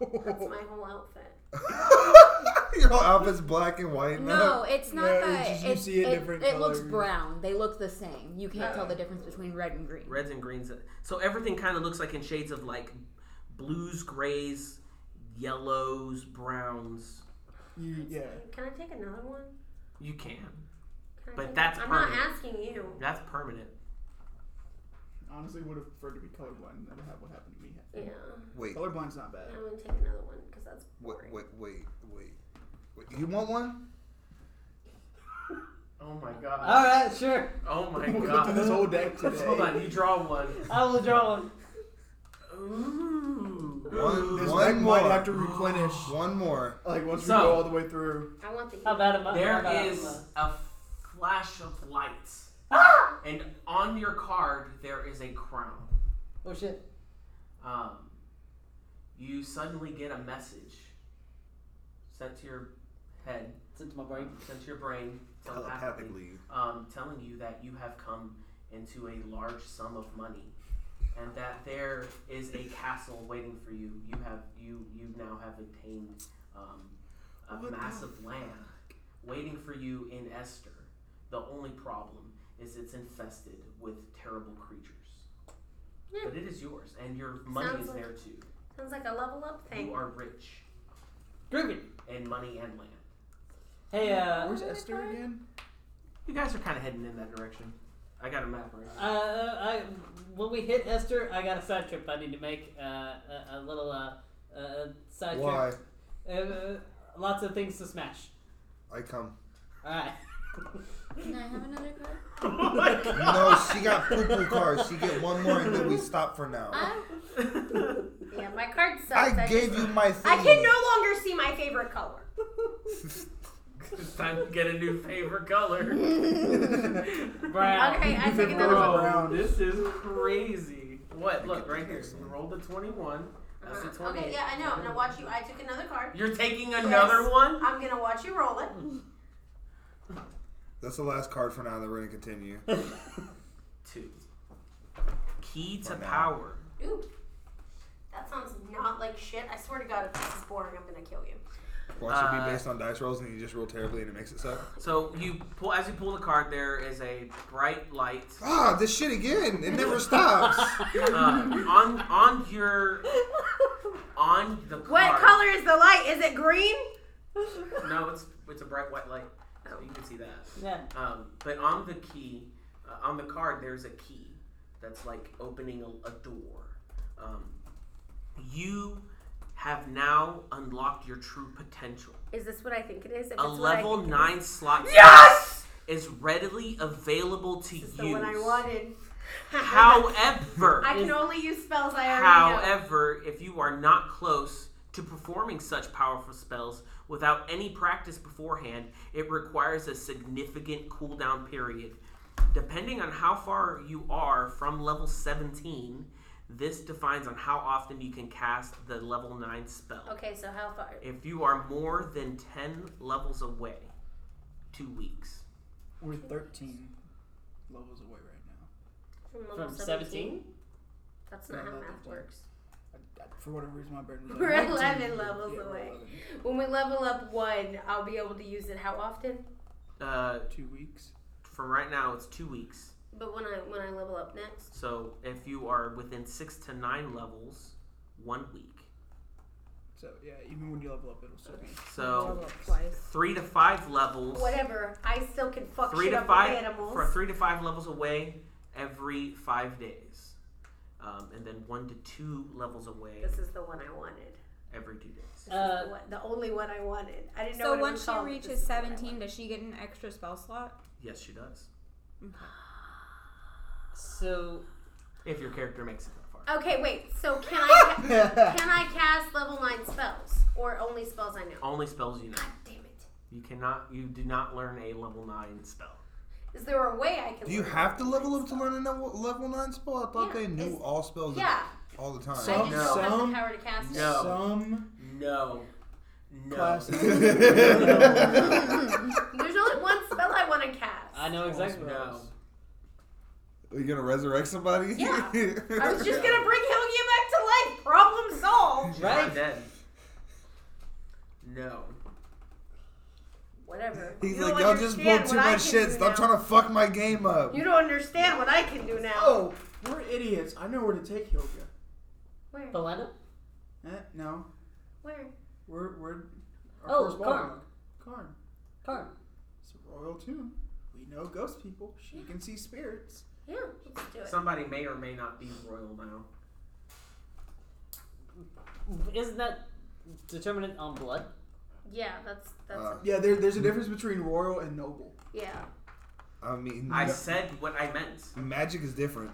Speaker 2: That's my whole outfit.
Speaker 7: Your whole outfit's black and white.
Speaker 4: No, it's not
Speaker 5: No,
Speaker 4: that.
Speaker 5: it's just you
Speaker 4: It's-
Speaker 5: see a
Speaker 4: it,
Speaker 5: different
Speaker 4: it looks
Speaker 5: color.
Speaker 4: brown. They look the same. You can't
Speaker 2: Oh.
Speaker 4: tell the difference between red and green.
Speaker 1: Reds and greens. uh, So everything kind of looks like in shades of like blues, grays, yellows, browns.
Speaker 5: You, yeah.
Speaker 2: Can I take another one?
Speaker 1: You can.
Speaker 2: Can I
Speaker 1: But
Speaker 2: take-
Speaker 1: that's
Speaker 2: I'm not
Speaker 1: permanent.
Speaker 2: asking you.
Speaker 1: That's permanent.
Speaker 5: Honestly, would have preferred to be colorblind than to have what happened to me.
Speaker 2: Yeah.
Speaker 7: Wait,
Speaker 5: Colorblind's not bad.
Speaker 2: I'm gonna take another one because that's
Speaker 7: wait,
Speaker 2: boring.
Speaker 7: wait, wait, wait. wait. You want one?
Speaker 1: Oh my god.
Speaker 6: Alright, sure.
Speaker 1: Oh my
Speaker 5: We're going Ah. through this
Speaker 1: god.
Speaker 5: whole deck today.
Speaker 1: Hold on, you draw one.
Speaker 6: I will draw one.
Speaker 1: Ooh.
Speaker 7: One,
Speaker 5: This deck
Speaker 7: one more.
Speaker 5: might have to replenish.
Speaker 7: One more.
Speaker 5: Like once
Speaker 1: So-
Speaker 5: we go all the way through.
Speaker 2: I want the.
Speaker 6: How about a month?
Speaker 1: There
Speaker 6: How about
Speaker 1: is a flash of light.
Speaker 5: Ah!
Speaker 1: And on your card, there is a crown.
Speaker 6: Oh shit.
Speaker 1: Um, you suddenly get a message sent to your head,
Speaker 6: It's into my brain.
Speaker 1: sent to your brain telepathically,
Speaker 7: Telepathically.
Speaker 1: um, telling you that you have come into a large sum of money. And that there is a castle waiting for you. You have you you now have attained um, a
Speaker 5: What the
Speaker 1: massive land. waiting for you in Esther. The only problem is it's infested with terrible creatures.
Speaker 2: Yeah.
Speaker 1: But it is yours, and your money
Speaker 2: Sounds
Speaker 1: is
Speaker 2: like-
Speaker 1: there too.
Speaker 2: Sounds like a level up thing.
Speaker 1: You are rich
Speaker 6: Groovy.
Speaker 1: in money and land.
Speaker 6: Hey, uh,
Speaker 5: Where's Esther again?
Speaker 1: You guys are kind of heading in that direction. I got a map right
Speaker 6: Uh, I, when we hit Esther, I got a side trip I need to make. Uh, a, a little uh, uh, side
Speaker 7: Why?
Speaker 6: trip. Uh, lots of things to smash.
Speaker 7: I come.
Speaker 6: All right.
Speaker 4: Can I have another card?
Speaker 7: No, she got poo poo cards. She get one more and then we stop for
Speaker 2: Oh.
Speaker 7: now.
Speaker 4: I,
Speaker 2: Yeah, my card sucks.
Speaker 7: I
Speaker 2: just-
Speaker 7: gave you my thing.
Speaker 2: I can no longer see my favorite color.
Speaker 1: It's time to get a new favorite color.
Speaker 6: Brown.
Speaker 2: Okay, I take another one.
Speaker 1: Bro, this is crazy. What? Look right here. Roll the twenty-one. That's
Speaker 2: Uh-huh.
Speaker 1: a twenty.
Speaker 2: Okay, yeah, I know. I'm gonna watch you. I took another card.
Speaker 1: You're taking another one?
Speaker 2: I'm gonna watch you roll it.
Speaker 7: That's the last card for now that we're gonna continue.
Speaker 1: Two. Key to
Speaker 7: For now.
Speaker 1: power.
Speaker 2: Ooh, that sounds not like shit. I swear to God, if this is boring, I'm gonna kill you.
Speaker 7: Watch it
Speaker 1: Uh,
Speaker 7: be based on dice rolls and you just roll terribly and it makes it suck.
Speaker 1: So you pull as you pull the card, there is a bright light
Speaker 7: Ah, this shit again. It never stops.
Speaker 1: uh, on on your on the card.
Speaker 2: What color is the light? Is it green?
Speaker 1: No, it's it's a bright white light. So you can see that.
Speaker 6: Yeah.
Speaker 1: Um, but on the key, uh, on the card, there's a key that's like opening a, a door. Um, you have now unlocked your true potential.
Speaker 2: Is this what I think it is? If
Speaker 1: A
Speaker 2: it's what I
Speaker 1: level
Speaker 2: think it
Speaker 1: nine slot
Speaker 2: Yes!
Speaker 1: is readily available to
Speaker 2: is, it's
Speaker 1: use.
Speaker 2: the one I wanted.
Speaker 1: However,
Speaker 2: I can only use spells I already know.
Speaker 1: However, if you are not close to performing such powerful spells without any practice beforehand, it requires a significant cooldown period. Depending on how far you are from level 17, this defines on how often you can cast the level 9 spell.
Speaker 2: Okay, so how far?
Speaker 1: If you are more than 10 levels away, two weeks.
Speaker 5: We're 13 levels away right
Speaker 2: From level
Speaker 6: From 17?
Speaker 2: That's not
Speaker 5: Yeah,
Speaker 2: how
Speaker 5: level
Speaker 2: math
Speaker 5: 10.
Speaker 2: works.
Speaker 5: now. I- I- For whatever reason, my brain was like,
Speaker 2: We're
Speaker 5: 19.
Speaker 2: 11 levels
Speaker 5: Yeah, we're
Speaker 2: away.
Speaker 5: 11.
Speaker 2: When we level up one, I'll be able to use it how often?
Speaker 1: Uh,
Speaker 5: Two weeks.
Speaker 1: from right now, it's two weeks.
Speaker 2: But when I when I level up next,
Speaker 1: So if you are within six to nine levels, one week.
Speaker 5: So, yeah, even when you level up, it'll still be.
Speaker 2: Oh.
Speaker 1: So
Speaker 4: Roll it twice.
Speaker 1: three to five levels.
Speaker 2: whatever, I still can fuck
Speaker 1: Three
Speaker 2: shit
Speaker 1: to
Speaker 2: up with
Speaker 1: five
Speaker 2: animals.
Speaker 1: for three to five levels away every five days, um, and then one to two levels away
Speaker 2: This is the one I wanted.
Speaker 1: every two days.
Speaker 2: This is
Speaker 6: Uh,
Speaker 2: the, one, the only one I wanted. I didn't know.
Speaker 4: So
Speaker 2: what it
Speaker 4: once
Speaker 2: was
Speaker 4: she
Speaker 2: called, but this
Speaker 4: reaches
Speaker 2: is the one I wanted.
Speaker 4: 17, does she get an extra spell slot?
Speaker 1: Yes, she does.
Speaker 6: So
Speaker 1: If your character makes it that far.
Speaker 2: Okay, wait. So can I ca- can I cast level nine spells or only spells I
Speaker 7: Um,
Speaker 2: know?
Speaker 1: Only spells you know.
Speaker 2: God damn it!
Speaker 1: You cannot. You do not learn a level nine spell.
Speaker 2: Is there a way I can?
Speaker 7: Do you
Speaker 2: learn
Speaker 7: have to
Speaker 2: level nine
Speaker 7: level up to
Speaker 2: spells?
Speaker 7: learn a level, level 9 spell? I thought
Speaker 2: Yeah,
Speaker 7: they knew
Speaker 2: it's-
Speaker 7: all spells
Speaker 2: Yeah,
Speaker 7: all the time.
Speaker 2: I just
Speaker 5: No.
Speaker 2: don't have
Speaker 5: Some-
Speaker 2: the power to cast it.
Speaker 1: No.
Speaker 5: Some
Speaker 1: No. No.
Speaker 5: classes.
Speaker 2: There's only one spell I want to cast.
Speaker 6: I know exactly. what it
Speaker 1: No.
Speaker 6: is.
Speaker 7: Are you going to resurrect somebody?
Speaker 2: Yeah. I was just gonna bring Hilgia back to life. Problem solved.
Speaker 1: Right
Speaker 6: Right?
Speaker 1: then. No.
Speaker 2: Whatever.
Speaker 7: He's
Speaker 2: You
Speaker 7: like,
Speaker 2: don't
Speaker 7: y'all just blow
Speaker 2: understand
Speaker 7: too
Speaker 2: what I
Speaker 7: much
Speaker 2: can
Speaker 7: shit.
Speaker 2: do
Speaker 7: Stop
Speaker 2: now.
Speaker 7: trying to fuck my game up.
Speaker 2: You don't understand what I can do now.
Speaker 5: oh, we're idiots. I know where to take Hilga.
Speaker 2: Where?
Speaker 6: Belinda?
Speaker 5: Eh, no.
Speaker 2: Where?
Speaker 5: We're. we're our
Speaker 6: Oh,
Speaker 5: first
Speaker 6: Karn.
Speaker 5: Karn.
Speaker 6: Car.
Speaker 5: It's a royal tomb. We know ghost people. She can see spirits.
Speaker 2: Yeah, let's do it.
Speaker 1: Somebody may or may not be royal now.
Speaker 6: Isn't that determinant on blood?
Speaker 2: yeah, that's that's
Speaker 7: Uh,
Speaker 5: Yeah, there, there's a difference between royal and noble.
Speaker 2: yeah.
Speaker 7: I mean,
Speaker 1: I said what I meant.
Speaker 7: magic is different.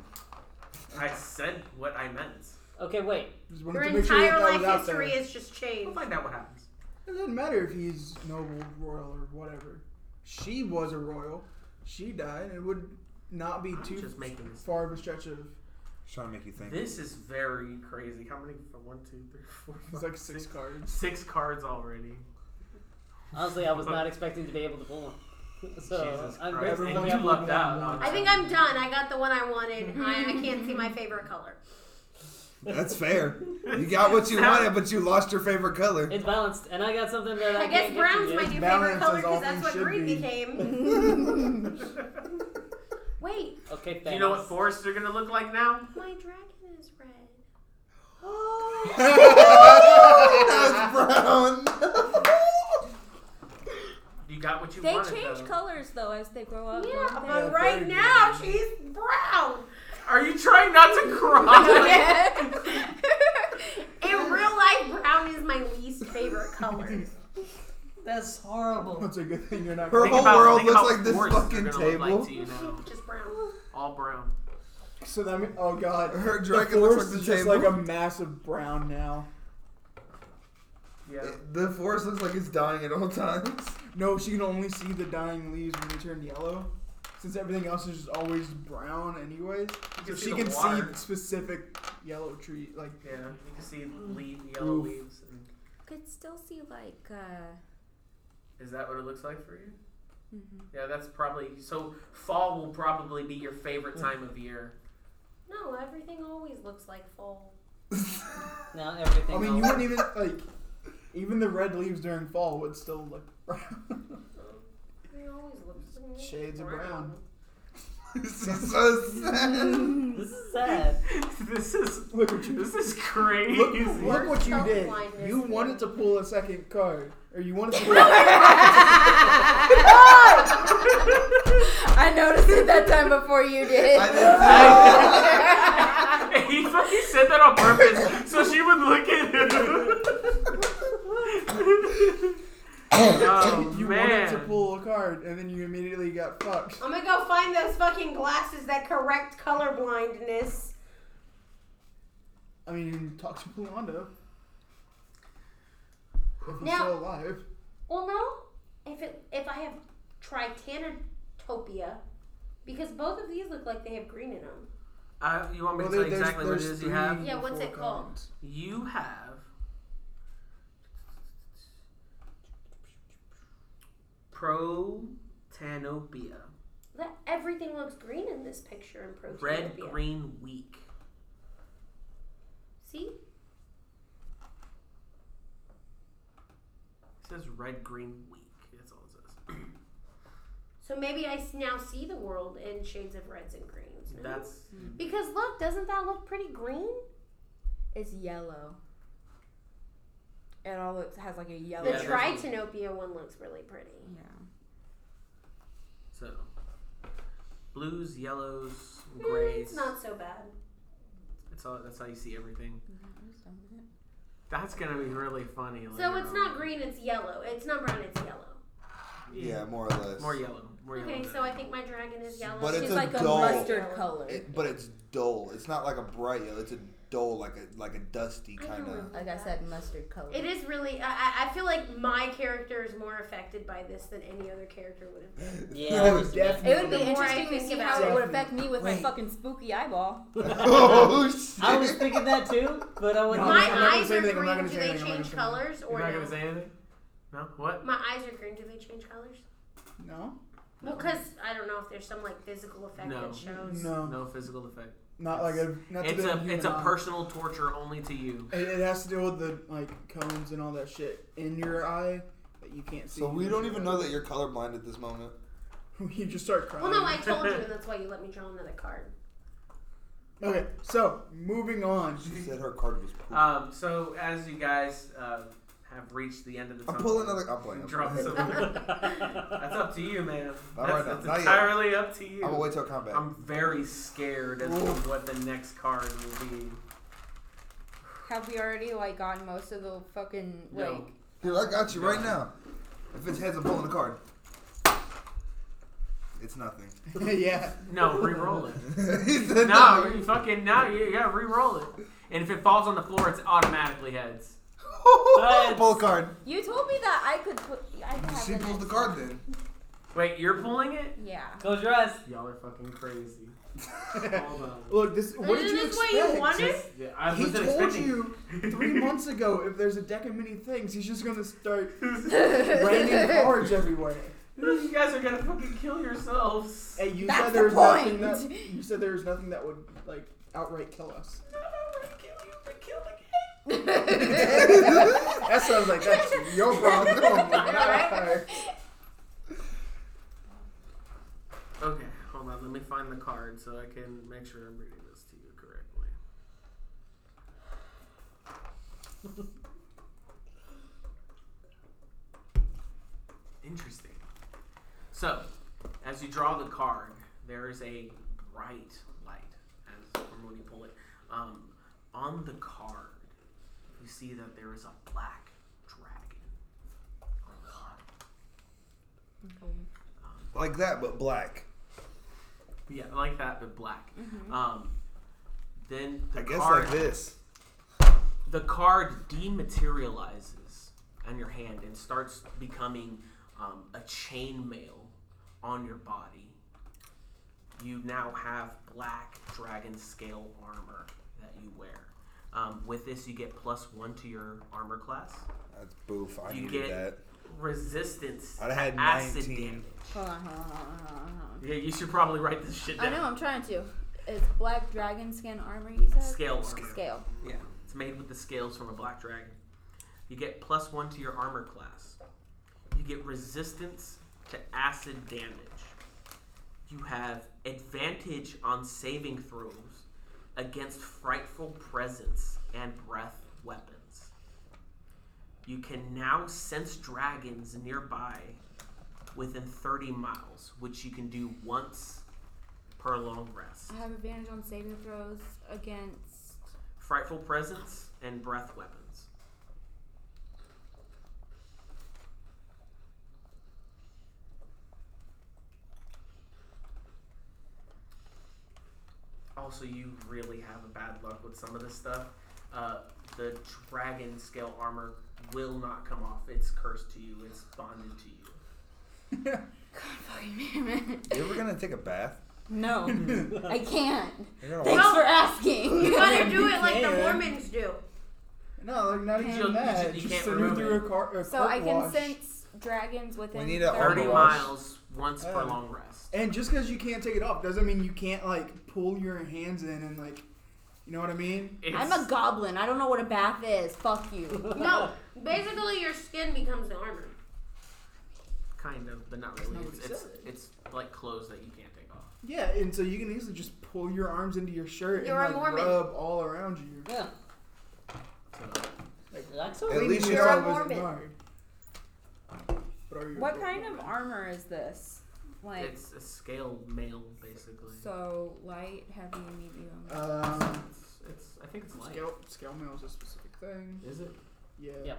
Speaker 1: I said what I meant.
Speaker 6: Okay, wait.
Speaker 5: Just wanted
Speaker 2: Your
Speaker 5: to make sure that
Speaker 2: entire
Speaker 5: that was
Speaker 2: life
Speaker 5: out
Speaker 2: history
Speaker 5: there.
Speaker 2: has just
Speaker 1: We'll
Speaker 6: Oh
Speaker 2: changed.
Speaker 1: find out what happens.
Speaker 5: It doesn't matter if he's noble, royal, or whatever. She was a royal. She died. It would not be
Speaker 1: I'm
Speaker 5: too
Speaker 1: just making this.
Speaker 5: far of a stretch of.
Speaker 7: Just trying to make you think.
Speaker 1: This is very crazy. How many? One, two, three, four.
Speaker 5: It's
Speaker 1: five,
Speaker 5: like six cards.
Speaker 1: Six cards already.
Speaker 6: Honestly, I was not expecting to be able to pull one. So
Speaker 1: Jesus
Speaker 6: I'm
Speaker 1: Christ!
Speaker 6: grateful.
Speaker 1: And
Speaker 5: Everyone
Speaker 1: you
Speaker 5: who
Speaker 1: lucked out.
Speaker 5: won.
Speaker 1: on
Speaker 2: I think
Speaker 1: that.
Speaker 2: I'm done. I got the one I wanted. I, I can't see my favorite color.
Speaker 7: That's fair. You got what you wanted, but you lost your favorite color.
Speaker 6: It's balanced, and I got something that I,
Speaker 2: I guess
Speaker 6: can't get
Speaker 2: brown's
Speaker 6: to
Speaker 2: my new
Speaker 6: you.
Speaker 2: favorite
Speaker 5: Balance
Speaker 2: color
Speaker 5: is all
Speaker 2: because that's
Speaker 5: things
Speaker 2: what
Speaker 5: should
Speaker 2: green
Speaker 5: be.
Speaker 2: became. Wait,
Speaker 6: Okay,
Speaker 1: Do
Speaker 6: thanks.
Speaker 1: you know what forests are gonna look like now?
Speaker 2: my dragon is red.
Speaker 7: that was brown.
Speaker 1: You got what you
Speaker 4: They
Speaker 1: wanted.
Speaker 4: change
Speaker 1: though.
Speaker 4: colors though as they grow
Speaker 6: Oh,
Speaker 4: up.
Speaker 2: Yeah, but
Speaker 4: don't
Speaker 3: Yeah,
Speaker 2: right
Speaker 3: very
Speaker 2: now
Speaker 3: good.
Speaker 2: she's brown.
Speaker 1: Are you trying not to cry?
Speaker 4: they?
Speaker 2: In real life, brown is my least favorite color.
Speaker 6: That's horrible.
Speaker 5: That's a good thing you're not.
Speaker 3: Her
Speaker 1: Think
Speaker 3: whole
Speaker 1: about-
Speaker 3: world
Speaker 1: think
Speaker 3: looks
Speaker 1: about
Speaker 3: like this
Speaker 1: forests are
Speaker 3: fucking
Speaker 1: gonna look
Speaker 3: table.
Speaker 1: Like to you now.
Speaker 2: Just brown.
Speaker 1: All brown.
Speaker 5: So that means, oh god,
Speaker 3: Her
Speaker 5: The
Speaker 3: dragon looks
Speaker 5: forest
Speaker 3: like the
Speaker 5: is just
Speaker 3: table.
Speaker 5: like a massive brown now.
Speaker 1: Yeah.
Speaker 3: The forest looks like it's dying at all times.
Speaker 5: No, she can only see the dying leaves when they turn yellow, since everything else is just always brown anyways. So she
Speaker 1: the
Speaker 5: can
Speaker 1: water.
Speaker 5: see specific yellow tree like.
Speaker 1: Yeah, you can see leaf, yellow
Speaker 5: Oof.
Speaker 1: leaves. And
Speaker 4: Could still see like. Uh,
Speaker 1: is that what it looks like for you?
Speaker 4: mhm.
Speaker 1: Yeah, that's probably so. Fall will probably be your favorite time of year.
Speaker 2: No, everything always looks like fall.
Speaker 6: Now everything.
Speaker 5: I mean, you
Speaker 6: else-
Speaker 5: wouldn't even like. Even the red leaves during fall would still look brown.
Speaker 2: Everything always looks
Speaker 5: Shades of brown.
Speaker 3: this is so sad.
Speaker 6: This is sad.
Speaker 1: this is
Speaker 5: look what you
Speaker 1: this is crazy.
Speaker 5: Look, look what you
Speaker 2: Worst
Speaker 5: did.
Speaker 2: self-blindness
Speaker 5: You
Speaker 2: thing.
Speaker 5: wanted to pull a second card. Or you wanted to pull
Speaker 4: I noticed it that time before you did.
Speaker 3: I didn't see it.
Speaker 1: he fucking said that on purpose, so she would look at him. oh
Speaker 5: you wanted to
Speaker 1: man!
Speaker 5: pull a card and then you immediately got fucked.
Speaker 2: I'm gonna go find those fucking glasses that correct color blindness.
Speaker 5: I mean talk to Pulando. If he's
Speaker 2: Now-
Speaker 5: still alive.
Speaker 2: Well, no. If it, if I have tritanotopia, because both of these look like they have green in them.
Speaker 1: Uh, you want me to tell
Speaker 5: Well, there-
Speaker 1: you exactly what it is you
Speaker 5: three
Speaker 1: have?
Speaker 2: Yeah, what's
Speaker 5: full
Speaker 2: it called?
Speaker 5: cards.
Speaker 1: You have protanopia,
Speaker 2: That everything looks green in this picture in protein.
Speaker 1: red green week.
Speaker 2: See,
Speaker 1: It says red green week. That's all it says.
Speaker 2: so maybe I s- now see the world in shades of reds and greens. no?
Speaker 1: That's
Speaker 2: because look, doesn't that look pretty green?
Speaker 4: It's yellow. It all looks has like a yellow.
Speaker 2: The
Speaker 1: Yeah, that's-
Speaker 2: tritanopia one looks really pretty.
Speaker 4: yeah.
Speaker 1: so. Blues, yellows,
Speaker 2: Mm,
Speaker 1: grays.
Speaker 2: it's not so bad.
Speaker 1: That's all. That's how you see everything. That's gonna be really funny.
Speaker 2: So
Speaker 1: later
Speaker 2: it's
Speaker 1: on.
Speaker 2: not green, it's yellow. It's not brown, it's yellow.
Speaker 7: Yeah, more or less.
Speaker 1: More yellow. More yellow.
Speaker 2: Okay,
Speaker 1: than
Speaker 2: so
Speaker 1: that.
Speaker 2: I think my dragon is yellow.
Speaker 7: But it's
Speaker 4: She's
Speaker 7: a
Speaker 4: like a
Speaker 7: dull-
Speaker 4: mustard color.
Speaker 7: It, but it's dull. It's not like a bright yellow. It's a dull, like a like a dusty kind of.
Speaker 4: like I said, mustard color.
Speaker 2: It is really. I- I, I feel like my character is more affected by this than any other character would have been.
Speaker 6: Yeah.
Speaker 5: Oh,
Speaker 6: this is-
Speaker 5: definitely.
Speaker 4: It would be
Speaker 2: The more I
Speaker 4: interesting to
Speaker 2: think
Speaker 4: see
Speaker 2: about
Speaker 4: how it
Speaker 5: it-
Speaker 4: would affect me with my
Speaker 7: Wait.
Speaker 4: fucking spooky eyeball.
Speaker 7: oh shit!
Speaker 6: I was thinking that too, but I wouldn't.
Speaker 5: I'm
Speaker 2: my
Speaker 5: not gonna
Speaker 2: eyes
Speaker 5: say
Speaker 2: are
Speaker 5: anything, I'm not
Speaker 2: green. Do
Speaker 5: gonna say
Speaker 2: they
Speaker 5: anything, I'm not
Speaker 2: change
Speaker 5: gonna
Speaker 2: colors
Speaker 1: You're
Speaker 2: or
Speaker 1: not
Speaker 2: no?
Speaker 1: gonna say anything. No. What?
Speaker 2: My eyes are green. Do they change colors?
Speaker 5: No?
Speaker 2: Well, because I don't know if there's some like physical effect
Speaker 1: No.
Speaker 2: that shows.
Speaker 7: Um,
Speaker 5: No.
Speaker 1: No physical effect.
Speaker 5: Not like a not to
Speaker 1: It's
Speaker 5: do with
Speaker 1: a
Speaker 5: human
Speaker 1: it's a
Speaker 7: uh,
Speaker 5: eye.
Speaker 1: personal torture only to you.
Speaker 5: It, it has to deal with the like cones and all that shit in your eye that you can't see.
Speaker 7: So we don't even know that you're colorblind at this moment.
Speaker 5: you just start crying.
Speaker 2: Well, no, I told you, and that's why you let me draw another card.
Speaker 5: Okay, so moving on.
Speaker 7: She said her card was. Poop.
Speaker 1: Um. So as you guys uh, have reached the end of the
Speaker 7: I'm
Speaker 1: tunnel,
Speaker 7: pulling another. I'm playing. I'm
Speaker 1: Drop
Speaker 7: playing.
Speaker 1: some. that's up to you, man.
Speaker 7: Not
Speaker 1: that's
Speaker 7: right now.
Speaker 1: that's
Speaker 7: Not yet.
Speaker 1: entirely up to you.
Speaker 7: I'm gonna wait till combat.
Speaker 1: I'm very scared as to what the next card will be.
Speaker 4: Have we already like gotten most of the fucking like?
Speaker 1: No.
Speaker 7: Here, I got you right now. If it's heads, I'm pulling the card. It's nothing.
Speaker 5: yeah.
Speaker 1: No, re-roll it.
Speaker 7: he said
Speaker 1: No, you fucking no. You gotta re-roll it. And if it falls on the floor, it's automatically heads.
Speaker 6: But-
Speaker 7: Pull a card.
Speaker 4: You told me that I could put. I could have
Speaker 7: She
Speaker 4: the
Speaker 7: pulls the
Speaker 4: next
Speaker 7: card
Speaker 4: one.
Speaker 7: then.
Speaker 1: Wait, you're pulling it?
Speaker 4: Yeah.
Speaker 6: Close your eyes.
Speaker 1: Y'all are fucking crazy. Hold on.
Speaker 5: Look, this. What did
Speaker 2: Isn't
Speaker 5: you
Speaker 2: this what you
Speaker 5: expect?
Speaker 2: wanted?
Speaker 1: Just- yeah, I
Speaker 5: he
Speaker 1: wasn't
Speaker 5: told
Speaker 1: expecting.
Speaker 5: you three months ago if there's a deck of many things, he's just gonna start raining cards everywhere.
Speaker 1: you guys are gonna fucking kill yourselves.
Speaker 5: Hey, you
Speaker 4: That's
Speaker 5: said
Speaker 4: the
Speaker 5: there was nothing
Speaker 4: point.
Speaker 5: that you said there was nothing that would like outright kill us.
Speaker 1: No, no, we're gonna kill you. We're killed again.
Speaker 5: That sounds like that's your problem.
Speaker 4: Alright.
Speaker 1: Okay, hold on. Let me find the card so I can make sure I'm reading this to you correctly. Interesting. So, as you draw the card, there is a bright light as from when you pull it. Um, on the card, you see that there is a black dragon. on the card.
Speaker 7: Like that, but black.
Speaker 1: Yeah, I like that, but black.
Speaker 4: Mm-hmm.
Speaker 1: Um, then the
Speaker 7: I guess
Speaker 1: card,
Speaker 7: like this.
Speaker 1: the card dematerializes on your hand and starts becoming um, a chainmail on your body. You now have black dragon scale armor that you wear. Um, with this, you get plus one to your armor class.
Speaker 7: That's boof. I
Speaker 1: You
Speaker 7: needed
Speaker 1: get
Speaker 7: that.
Speaker 1: resistance
Speaker 7: I'd
Speaker 1: to
Speaker 7: had
Speaker 1: acid
Speaker 7: 19.
Speaker 1: damage.
Speaker 4: Hold on, hold on, hold on, hold on, hold on.
Speaker 1: Yeah, you should probably write this shit
Speaker 4: I
Speaker 1: down.
Speaker 4: know, I'm trying to. It's black dragon skin armor, you said?
Speaker 1: Scale armor.
Speaker 4: Scale.
Speaker 1: Yeah, it's made with the scales from a black dragon. You get plus one to your armor class. You get resistance to acid damage. You have advantage on saving throws against frightful presence and breath weapons. You can now sense dragons nearby within 30 miles, which you can do once per long rest.
Speaker 4: I have advantage on saving throws against.
Speaker 1: Frightful presence and breath weapons. Also, you really have a bad luck with some of this stuff. Uh, the dragon scale armor will not come off. It's cursed to you. It's bonded to you.
Speaker 4: God fucking damn it.
Speaker 7: You ever gonna take a bath?
Speaker 4: No, I can't.
Speaker 7: You're gonna
Speaker 4: Thanks
Speaker 7: watch
Speaker 4: for asking.
Speaker 2: You gotta do it like the
Speaker 5: can.
Speaker 2: Mormons do.
Speaker 5: No, like not
Speaker 1: You
Speaker 5: even
Speaker 1: just- you
Speaker 5: that.
Speaker 1: just- you
Speaker 5: Just
Speaker 1: can't
Speaker 5: send me
Speaker 1: remove
Speaker 5: through
Speaker 1: it.
Speaker 5: a car. A
Speaker 4: So
Speaker 5: cart
Speaker 4: I can
Speaker 5: wash.
Speaker 4: sense dragons within.
Speaker 7: need
Speaker 5: Oh,
Speaker 7: a
Speaker 1: 30
Speaker 7: Armor wash.
Speaker 1: miles once per
Speaker 7: Oh.
Speaker 1: long rest.
Speaker 5: And just because you can't take it off doesn't mean you can't like pull your hands in and like, you know what I mean?
Speaker 4: I'm a goblin. I don't know what a bath is. Fuck you.
Speaker 2: No, basically your skin becomes the armor.
Speaker 1: Kind of, but not really.
Speaker 5: not what
Speaker 1: It's,
Speaker 5: it
Speaker 1: it's,
Speaker 5: said.
Speaker 1: it's like clothes that you can't take off.
Speaker 5: Yeah, and so you can easily just pull your arms into your shirt
Speaker 2: You're a
Speaker 5: and like
Speaker 2: Mormon.
Speaker 5: rub all around you.
Speaker 6: Yeah.
Speaker 1: So,
Speaker 6: Like so.
Speaker 7: At least
Speaker 5: Cleaning
Speaker 7: you're
Speaker 5: it
Speaker 7: a
Speaker 5: up isn't
Speaker 2: Mormon.
Speaker 5: hard. But are you a
Speaker 4: What
Speaker 5: Mormon?
Speaker 4: kind of armor is this? Like
Speaker 1: It's a scale mail, basically.
Speaker 4: so light, heavy, medium.
Speaker 5: Um,
Speaker 1: it's, it's, I think it's light.
Speaker 5: scale scale mail is a specific thing.
Speaker 1: Is it?
Speaker 5: Yeah.
Speaker 6: Yeah.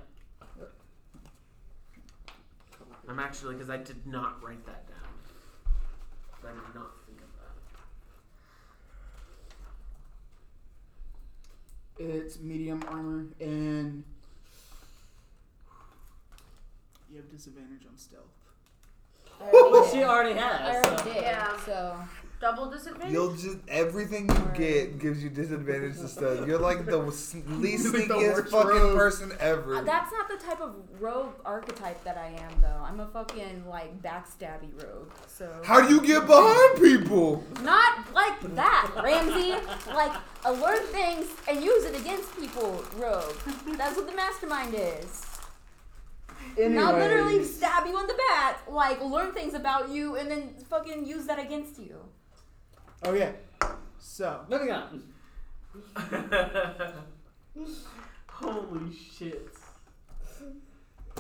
Speaker 1: I'm actually because I did not write that down. I did not think of that.
Speaker 5: It's medium armor and you have disadvantage on stealth.
Speaker 4: I already
Speaker 6: But
Speaker 4: did.
Speaker 6: she already
Speaker 4: I
Speaker 6: has.
Speaker 4: already
Speaker 6: So.
Speaker 4: did.
Speaker 2: Yeah.
Speaker 4: So Uh,
Speaker 2: Double
Speaker 7: it.
Speaker 2: disadvantage.
Speaker 7: You'll just everything you get gives you disadvantage to stuff. You're like the s- least
Speaker 5: You're like the
Speaker 7: sneakiest
Speaker 5: worst
Speaker 7: fucking
Speaker 5: rogue.
Speaker 7: person ever.
Speaker 4: Uh, that's not the type of rogue archetype that I am, though. I'm a fucking like backstabby rogue. So
Speaker 7: How do you get behind people?
Speaker 4: not like that, Ramsey. like alert things and use it against people, rogue. That's what the mastermind is. Not literally
Speaker 5: Anyways.
Speaker 4: stab you in the back. Like learn things about you and then fucking use that against you.
Speaker 5: Okay. Oh, So
Speaker 6: Moving on.
Speaker 1: Holy shit!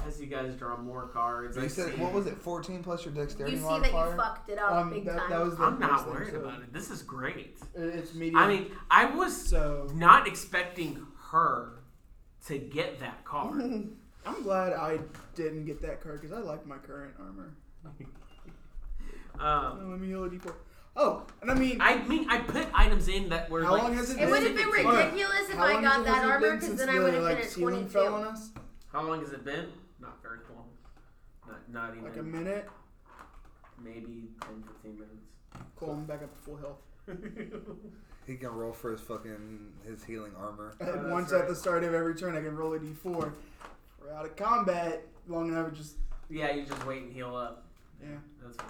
Speaker 1: As you guys draw more cards, I
Speaker 7: You said
Speaker 1: see-
Speaker 7: what was it? 14 plus your
Speaker 2: you
Speaker 7: dexterity
Speaker 2: see that
Speaker 7: modifier.
Speaker 2: you fucked it up
Speaker 5: um,
Speaker 2: big
Speaker 5: that,
Speaker 2: time.
Speaker 5: that was the
Speaker 1: I'm
Speaker 5: first
Speaker 1: not
Speaker 5: thing,
Speaker 1: worried
Speaker 5: so
Speaker 1: about it. This is great.
Speaker 5: it- It's medium.
Speaker 1: I mean, I was
Speaker 5: so
Speaker 1: not expecting her to get that card.
Speaker 5: I'm glad I didn't get that card because I like my current armor.
Speaker 1: um,
Speaker 5: Oh, let me heal a D4. Oh, and I mean,
Speaker 1: I mean, I put items in that were
Speaker 5: How
Speaker 1: like.
Speaker 5: long has it
Speaker 2: it would have
Speaker 1: specific
Speaker 2: been
Speaker 1: to-
Speaker 5: Alright,
Speaker 2: ridiculous if
Speaker 5: how
Speaker 2: I
Speaker 5: long
Speaker 2: got
Speaker 5: has
Speaker 2: that
Speaker 5: it been
Speaker 2: armor because
Speaker 5: since
Speaker 2: then I
Speaker 5: the,
Speaker 2: would have
Speaker 5: like,
Speaker 2: been at
Speaker 5: ceiling
Speaker 2: 22.
Speaker 5: fell on us?
Speaker 1: How long has it been? Not very long. Not, not even.
Speaker 5: Like a minute.
Speaker 1: maybe 10, 15
Speaker 5: Cool, I'm back up to full health.
Speaker 1: minutes.
Speaker 7: He can roll for his fucking his healing armor.
Speaker 5: And
Speaker 1: Uh, that's
Speaker 5: once
Speaker 1: right.
Speaker 5: at the start of every turn, I can roll a D4. If We're out of combat long enough. it Just
Speaker 1: yeah, you just wait and heal up.
Speaker 5: yeah.
Speaker 1: That's fine.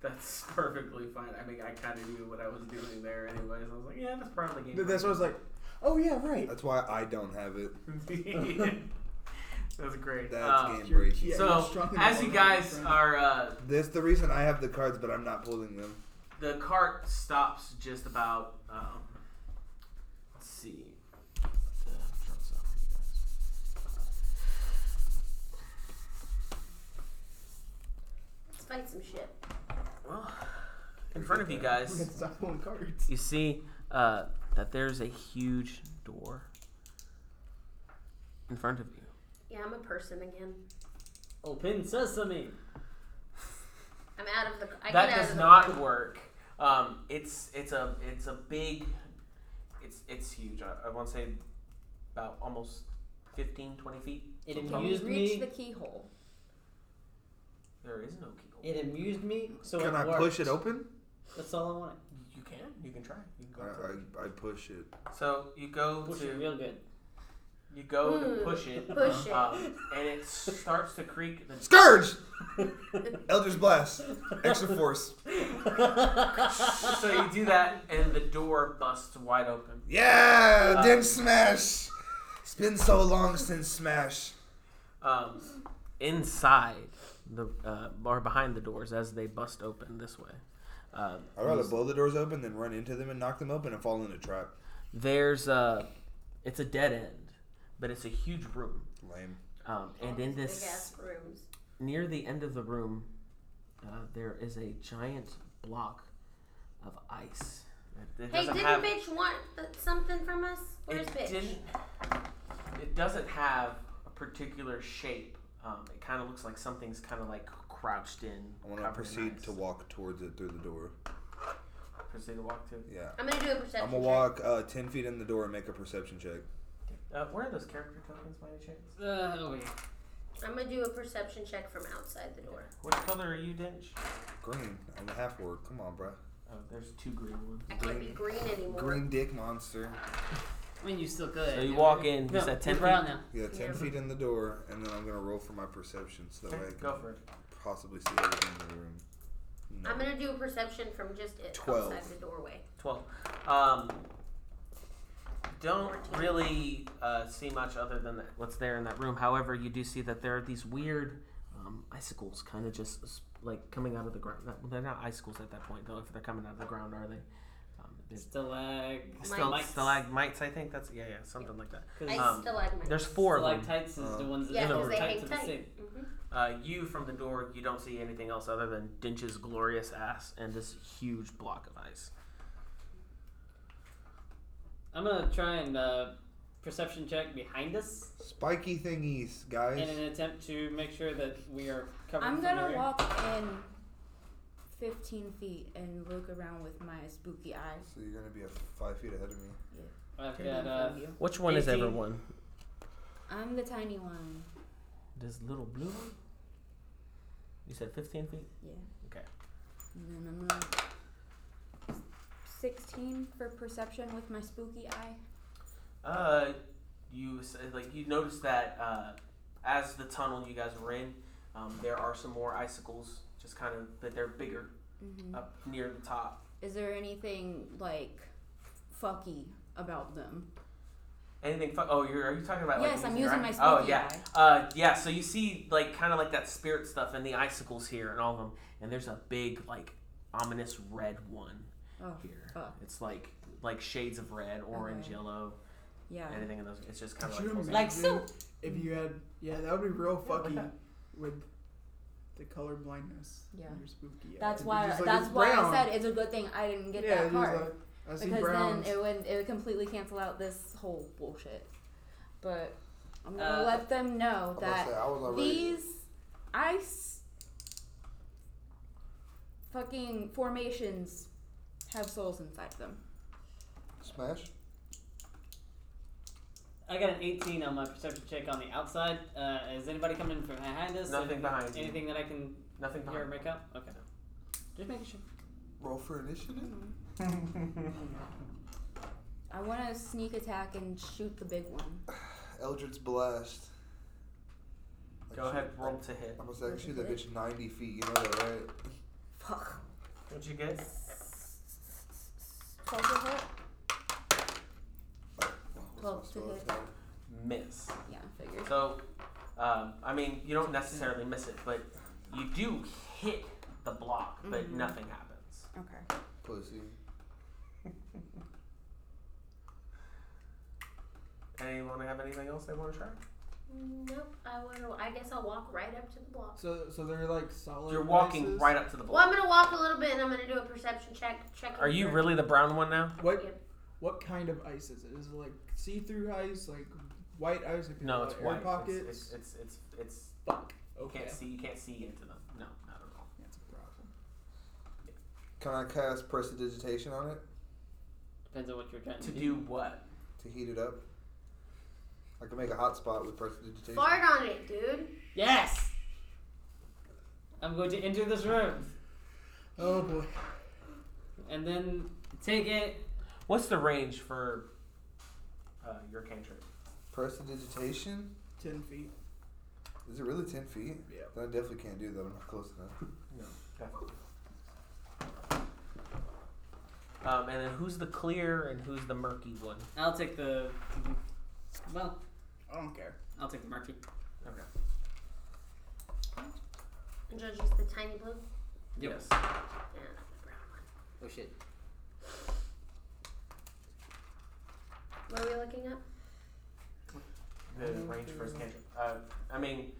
Speaker 1: That's perfectly fine. I mean, I kind of knew what I was doing there, anyways. I was like, yeah, that's probably game.
Speaker 5: Th- That's what I was like. Oh yeah, right.
Speaker 7: That's why I don't have it.
Speaker 1: Yeah. That's great.
Speaker 7: That's
Speaker 1: Uh,
Speaker 7: game
Speaker 5: You're-
Speaker 7: breaking.
Speaker 5: yeah, you're
Speaker 1: So,
Speaker 5: strong enough
Speaker 1: as
Speaker 5: on
Speaker 1: you
Speaker 5: that one,
Speaker 1: guys
Speaker 5: friend.
Speaker 1: are uh,
Speaker 7: That's the reason I have the cards, but I'm not pulling them.
Speaker 1: the cart stops just about. Um, let's see.
Speaker 2: fight some shit.
Speaker 1: Well, in front of you
Speaker 5: We're gonna
Speaker 1: guys,
Speaker 5: stop pulling cards.
Speaker 1: you see uh, that there's a huge door in front of you.
Speaker 2: Yeah, I'm a person again.
Speaker 6: Open sesame.
Speaker 2: I'm out of the. I get
Speaker 1: that
Speaker 2: out
Speaker 1: does
Speaker 2: of the
Speaker 1: not work. Um, it's it's a it's a big, it's it's huge. I, I want to say about almost 15, 20 feet.
Speaker 6: It
Speaker 1: Can
Speaker 4: Can we
Speaker 6: amused
Speaker 4: reach
Speaker 6: me.
Speaker 4: the keyhole?
Speaker 1: There is no keyhole.
Speaker 6: It amused me, so
Speaker 3: Can
Speaker 6: it
Speaker 3: I
Speaker 6: worked.
Speaker 3: push it open?
Speaker 6: That's all I wanted.
Speaker 1: You can you can try. You
Speaker 3: I,
Speaker 1: can go for it.
Speaker 3: I, I push it.
Speaker 1: So you go
Speaker 6: Push
Speaker 1: to
Speaker 6: it real good.
Speaker 1: you go
Speaker 2: Mm.
Speaker 1: to push it,
Speaker 2: Push it.
Speaker 1: um, and it starts to creak. The
Speaker 3: Scourge! Elder's Blast. Extra force.
Speaker 1: so you do that, and the door busts wide open.
Speaker 3: Yeah!
Speaker 1: Uh,
Speaker 3: Then smash! It's been so long since smash.
Speaker 1: Um, inside the uh, or behind the doors as they bust open this way. Um,
Speaker 7: I'd rather blow the doors open than run into them and knock them open and fall in a trap.
Speaker 1: there's a it's a dead end, but it's a huge room.
Speaker 7: Lame.
Speaker 1: Um, and in
Speaker 2: Big
Speaker 1: this
Speaker 2: ass rooms.
Speaker 1: near the end of the room, uh, there is a giant block of ice. It, it
Speaker 2: Hey,
Speaker 1: doesn't
Speaker 2: didn't
Speaker 1: have-
Speaker 2: bitch want th- something from us? Where's
Speaker 1: it
Speaker 2: bitch?
Speaker 1: didn't- it doesn't have a particular shape. Um, it kind of looks like something's kind of like crouched in.
Speaker 7: I want to
Speaker 1: covered in
Speaker 7: proceed
Speaker 1: ice.
Speaker 7: to walk towards it through the door.
Speaker 1: Proceed to walk to.
Speaker 7: Yeah.
Speaker 2: I'm gonna do a perception.
Speaker 7: I'm gonna
Speaker 2: check.
Speaker 7: walk uh, ten feet in the door and make a perception check.
Speaker 1: Uh, where are those character tokens by any chance?
Speaker 6: Uh, over here.
Speaker 2: I'm gonna do a perception check from outside the door.
Speaker 1: What color are you, Dench?
Speaker 7: Green. I'm a half word. Come on, bro.
Speaker 1: Oh, there's two green ones.
Speaker 2: I can't be green anymore.
Speaker 7: Green dick monster.
Speaker 6: I mean, you still could.
Speaker 1: So you walk in,
Speaker 6: No,
Speaker 1: you said 10
Speaker 6: you're brown
Speaker 1: feet?
Speaker 6: now.
Speaker 7: Yeah, ten
Speaker 2: Yeah.
Speaker 7: feet in the door, and then I'm gonna roll for my perception so that way I can
Speaker 1: Go for it.
Speaker 7: possibly see everything in the room. No.
Speaker 2: I'm gonna do a perception from just it
Speaker 7: Twelve.
Speaker 2: outside the doorway.
Speaker 1: 12. Um, don't really uh, see much other than that, what's there in that room. However, you do see that there are these weird um, icicles kind of just s- like coming out of the ground. Not- They're not icicles at that point, though. If they're coming out of the ground, are they? Um, there's
Speaker 6: Stalag.
Speaker 1: stal-
Speaker 2: Mites.
Speaker 1: stalagmites, I think. That's yeah, yeah, something like that.
Speaker 2: I
Speaker 1: Um,
Speaker 2: still like my.
Speaker 1: There's four of them.
Speaker 6: Stalactites is the ones that
Speaker 2: yeah,
Speaker 1: you know,
Speaker 2: because they
Speaker 6: tight
Speaker 2: hang
Speaker 6: to the
Speaker 2: tight.
Speaker 6: sink.
Speaker 2: hmm
Speaker 1: Uh, you from the door, you don't see anything else other than Dinch's glorious ass and this huge block of ice.
Speaker 6: I'm gonna try and uh, perception check behind us
Speaker 7: Spiky thingies, guys.
Speaker 6: in an attempt to make sure that we are covered.
Speaker 4: I'm
Speaker 6: from
Speaker 4: gonna
Speaker 6: area.
Speaker 4: walk in 15 feet and look around with my spooky eyes.
Speaker 7: So you're gonna be a five feet ahead of me.
Speaker 6: I've
Speaker 4: They're
Speaker 6: got
Speaker 4: in
Speaker 6: uh,
Speaker 4: front of you.
Speaker 1: Which one is
Speaker 6: 18.
Speaker 1: everyone?
Speaker 4: I'm the tiny one.
Speaker 1: This little blue one? You said 15 feet?
Speaker 4: Yeah.
Speaker 1: Okay.
Speaker 4: And then I'm gonna 16 for perception with my spooky eye.
Speaker 1: Uh, you s- like you notice that uh, as the tunnel you guys were in, um, there are some more icicles, just kind of, but they're bigger
Speaker 4: hmm
Speaker 1: up near the top.
Speaker 4: Is there anything like fucky about them?
Speaker 1: Anything? Fu- oh, you're are you talking about?
Speaker 4: Yes,
Speaker 1: like,
Speaker 4: I'm
Speaker 1: your
Speaker 4: using
Speaker 1: eye-
Speaker 4: my
Speaker 1: Oh
Speaker 4: spooky
Speaker 1: yeah. Uh, yeah. So you see like kind of like that spirit stuff and the icicles here and all of them, and there's a big like ominous red one
Speaker 4: Oh,
Speaker 1: here.
Speaker 4: fuck.
Speaker 1: It's like like shades of red, orange,
Speaker 4: Okay. yellow.
Speaker 1: yellow,
Speaker 4: yeah.
Speaker 1: anything in those. It's just kind
Speaker 5: Could
Speaker 1: of
Speaker 5: you
Speaker 1: like.
Speaker 5: imagine
Speaker 6: Like so-
Speaker 5: If you had, yeah, that would be real
Speaker 1: Yeah, like
Speaker 5: fucky
Speaker 1: that.
Speaker 5: with the color blindness.
Speaker 4: Yeah.
Speaker 5: and your spooky. eye.
Speaker 4: That's
Speaker 5: It'd be
Speaker 4: why.
Speaker 5: just like,
Speaker 4: that's
Speaker 5: it's
Speaker 4: why
Speaker 5: brown.
Speaker 4: I said it's a good thing I didn't get
Speaker 5: yeah,
Speaker 4: that part.
Speaker 5: Like, I see
Speaker 4: because
Speaker 5: browns.
Speaker 4: then it would it would completely cancel out this whole bullshit. But I'm gonna
Speaker 6: Uh,
Speaker 4: let them know
Speaker 7: I'm gonna
Speaker 4: that
Speaker 7: say, I was already.
Speaker 4: these ice fucking formations have souls inside them.
Speaker 7: Smash.
Speaker 6: Mm-hmm. I got an 18 on my perception check on the outside. Uh, is anybody coming from behind us?
Speaker 1: Nothing
Speaker 6: Any-
Speaker 1: behind you.
Speaker 6: Anything that I can
Speaker 1: Nothing
Speaker 6: hear or
Speaker 1: behind.
Speaker 6: make up? Okay. Just making sure.
Speaker 7: Roll for initiative.
Speaker 4: I want to sneak attack and shoot the big one.
Speaker 7: Eldritch blast. Like,
Speaker 1: Go ahead,
Speaker 7: shoot-
Speaker 1: roll to hit.
Speaker 7: I'm gonna say I can shoot that bitch 90 feet. You know that, right?
Speaker 4: Fuck.
Speaker 1: What'd you get?
Speaker 4: Twelve to hit.
Speaker 7: What's my
Speaker 4: Twelve to
Speaker 7: spell
Speaker 4: hit.
Speaker 7: attack?
Speaker 1: Miss.
Speaker 4: Yeah, figured.
Speaker 1: So, um, I mean, you don't necessarily miss it, but you do hit the block, but
Speaker 4: Mhm.
Speaker 1: nothing happens.
Speaker 4: Okay.
Speaker 7: Pussy.
Speaker 1: Anyone have anything else they want to try?
Speaker 2: Mm-hmm. Nope. I will. I guess I'll walk right up to the block.
Speaker 5: So, so they're like solid.
Speaker 1: You're walking
Speaker 5: places?
Speaker 1: right up to the
Speaker 2: Well,
Speaker 1: block.
Speaker 2: I'm gonna walk a little bit, and I'm gonna do a perception check. Check.
Speaker 1: Are you really the brown one now?
Speaker 5: What
Speaker 2: Yep.
Speaker 5: what kind of ice is it? Is it like see-through ice, like white ice? Like
Speaker 1: No,
Speaker 5: uh,
Speaker 1: it's
Speaker 5: air
Speaker 1: white.
Speaker 5: pockets.
Speaker 1: It's it's it's it's, it's
Speaker 5: Fuck.
Speaker 1: you
Speaker 5: Okay.
Speaker 1: can't see you can't see into them. No, not at all.
Speaker 5: That's a problem.
Speaker 7: Can I cast prestidigitation on it
Speaker 6: Depends on what you're trying to,
Speaker 1: To do what?
Speaker 7: to heat it up? I can make a hot spot with prestidigitation.
Speaker 2: Fart on it, dude.
Speaker 6: Yes. I'm going to enter this room
Speaker 5: Oh boy.
Speaker 6: and then take it.
Speaker 1: What's the range for uh, your cantrip?
Speaker 7: Prestidigitation?
Speaker 5: Ten feet.
Speaker 7: Is it really 10 feet?
Speaker 5: Yeah.
Speaker 7: Then I definitely can't do that. I'm not close enough.
Speaker 1: Um, and then who's the clear and who's the murky one?
Speaker 6: I'll take the. Well,
Speaker 5: I don't care.
Speaker 6: I'll take the murky.
Speaker 1: Okay.
Speaker 2: Judge is the tiny blue.
Speaker 6: Yep.
Speaker 1: Yes.
Speaker 2: Yeah, the brown one.
Speaker 6: Oh shit.
Speaker 2: What are we looking at?
Speaker 1: The range for his cantrip. Uh, I mean,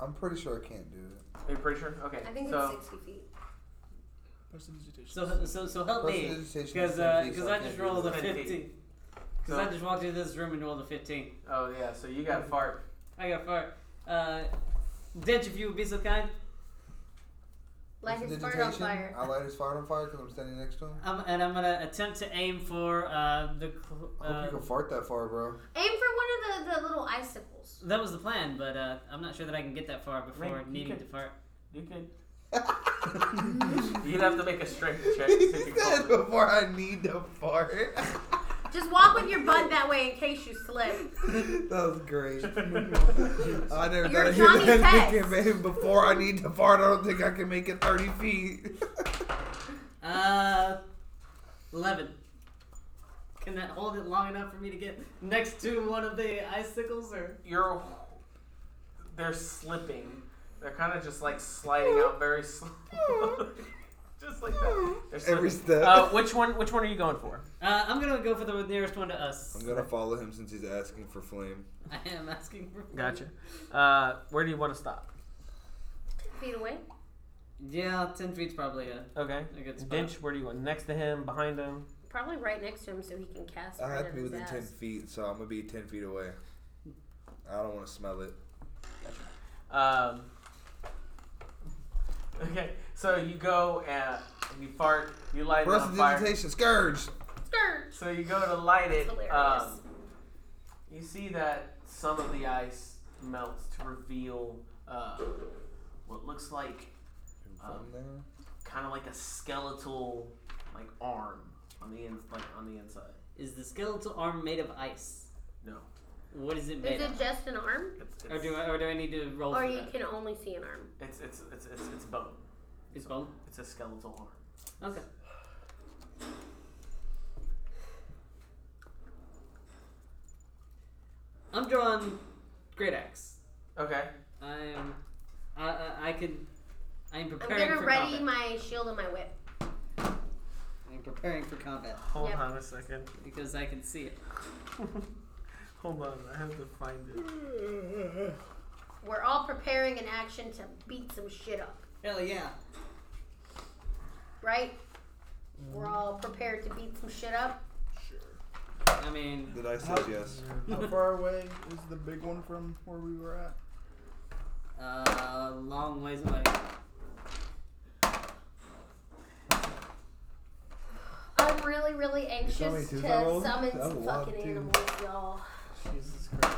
Speaker 7: I'm pretty sure I can't do it.
Speaker 1: are you pretty sure? Okay.
Speaker 2: I think
Speaker 1: so
Speaker 2: it's sixty feet.
Speaker 5: Prestidigitation.
Speaker 6: So so so help me
Speaker 7: Prestidigitation is
Speaker 6: because uh,
Speaker 7: 10 feet,
Speaker 6: because I
Speaker 7: so can't
Speaker 6: just
Speaker 7: do it.
Speaker 6: rolled a
Speaker 1: 15.
Speaker 6: fifteen. Because I just walked into this room and rolled a fifteen.
Speaker 1: oh yeah, so you got fart.
Speaker 6: I got far. Uh, Dench, if you would be so kind,
Speaker 2: Light his fart on
Speaker 7: Prestidigitation,
Speaker 2: fire.
Speaker 7: I light his fart on fire because I'm standing next to him.
Speaker 6: I'm, and I'm gonna attempt to aim for uh, the. Cl-
Speaker 7: I hope
Speaker 6: uh,
Speaker 7: you can fart that far, bro.
Speaker 2: Aim for one of the, the little icicles.
Speaker 6: that was the plan, but uh, I'm not sure that I can get that far before
Speaker 1: Right, you
Speaker 6: needing
Speaker 1: can-
Speaker 6: to fart.
Speaker 1: You could. You'd have to make a strength check. to see if
Speaker 7: he
Speaker 1: you
Speaker 7: said
Speaker 1: can-
Speaker 7: before I need to fart.
Speaker 2: Just walk with your butt that way in case you slip.
Speaker 7: that was great. I never
Speaker 2: You're
Speaker 7: thought I'd hear
Speaker 2: Johnny
Speaker 7: that
Speaker 2: Test.
Speaker 7: thinking, man. Before I need to fart, I don't think I can make it 30 feet.
Speaker 6: Uh, eleven. Can that hold it long enough for me to get next to one of the icicles, or
Speaker 1: You're. They're slipping. They're kind of just like sliding out very slowly. just like that. They're
Speaker 7: Every
Speaker 1: slipping.
Speaker 7: step.
Speaker 1: Uh, which one? Which one are you going for?
Speaker 6: uh, I'm gonna go for the nearest one to us.
Speaker 7: I'm gonna follow him since he's asking for flame.
Speaker 6: I am asking for.
Speaker 1: Gotcha. Uh, where do you want to stop?
Speaker 2: Feet away.
Speaker 6: Yeah, ten feet's probably a,
Speaker 1: Okay.
Speaker 6: a good spot.
Speaker 1: Bench. Where do you want? Next to him? Behind him?
Speaker 2: Probably right next to him so he can cast.
Speaker 7: I
Speaker 2: right
Speaker 7: have to
Speaker 2: on
Speaker 7: be
Speaker 2: his
Speaker 7: within
Speaker 2: ass.
Speaker 7: 10 feet, so I'm gonna be 10 feet away. I don't wanna smell it.
Speaker 1: Um, okay. So you go and and you fart. You light it on fire.
Speaker 7: Prestidigitation, scourge!
Speaker 2: Skirt.
Speaker 1: So you go to light it.
Speaker 2: Hilarious.
Speaker 1: Um, You see that some of the ice melts to reveal uh, what looks like
Speaker 7: From there.
Speaker 1: kind of like a skeletal like arm on the in, like on the inside.
Speaker 6: Is the skeletal arm made of ice?
Speaker 1: No,
Speaker 6: What is it made
Speaker 2: Is
Speaker 6: of?
Speaker 2: it just an arm,
Speaker 1: it's
Speaker 6: Or
Speaker 1: it's
Speaker 6: Oh, do I, or do I need to roll
Speaker 2: or
Speaker 6: for
Speaker 2: you
Speaker 6: that?
Speaker 2: can only see an arm?
Speaker 1: it's, it's, it's, it's, it's bone.
Speaker 6: It's bone.
Speaker 1: It's a skeletal arm.
Speaker 6: Okay. I'm drawing great axe.
Speaker 1: Okay.
Speaker 6: I am. I I, I could. I am
Speaker 2: I'm
Speaker 6: preparing
Speaker 2: gonna
Speaker 6: for
Speaker 2: ready
Speaker 6: combat.
Speaker 2: my shield and my whip.
Speaker 6: I am preparing for combat
Speaker 1: Hold
Speaker 2: Yep.
Speaker 1: on a second.
Speaker 6: because I can see it.
Speaker 1: Hold on. I have to find it.
Speaker 2: We're all preparing an action to beat some shit up,
Speaker 6: Hell yeah!
Speaker 2: right? We're
Speaker 7: Mm-hmm.
Speaker 2: all prepared to beat some shit up.
Speaker 6: I mean,
Speaker 7: Did I say
Speaker 5: How-
Speaker 7: yes?
Speaker 5: How far away is the big one from where we were at?
Speaker 6: uh, long ways away.
Speaker 2: I'm really, really
Speaker 7: Tell me
Speaker 2: anxious
Speaker 7: two
Speaker 2: to
Speaker 7: barrels?
Speaker 2: summon
Speaker 7: That's a
Speaker 2: some
Speaker 7: lot,
Speaker 2: fucking
Speaker 7: dude.
Speaker 2: animals, y'all.
Speaker 5: Jesus Christ.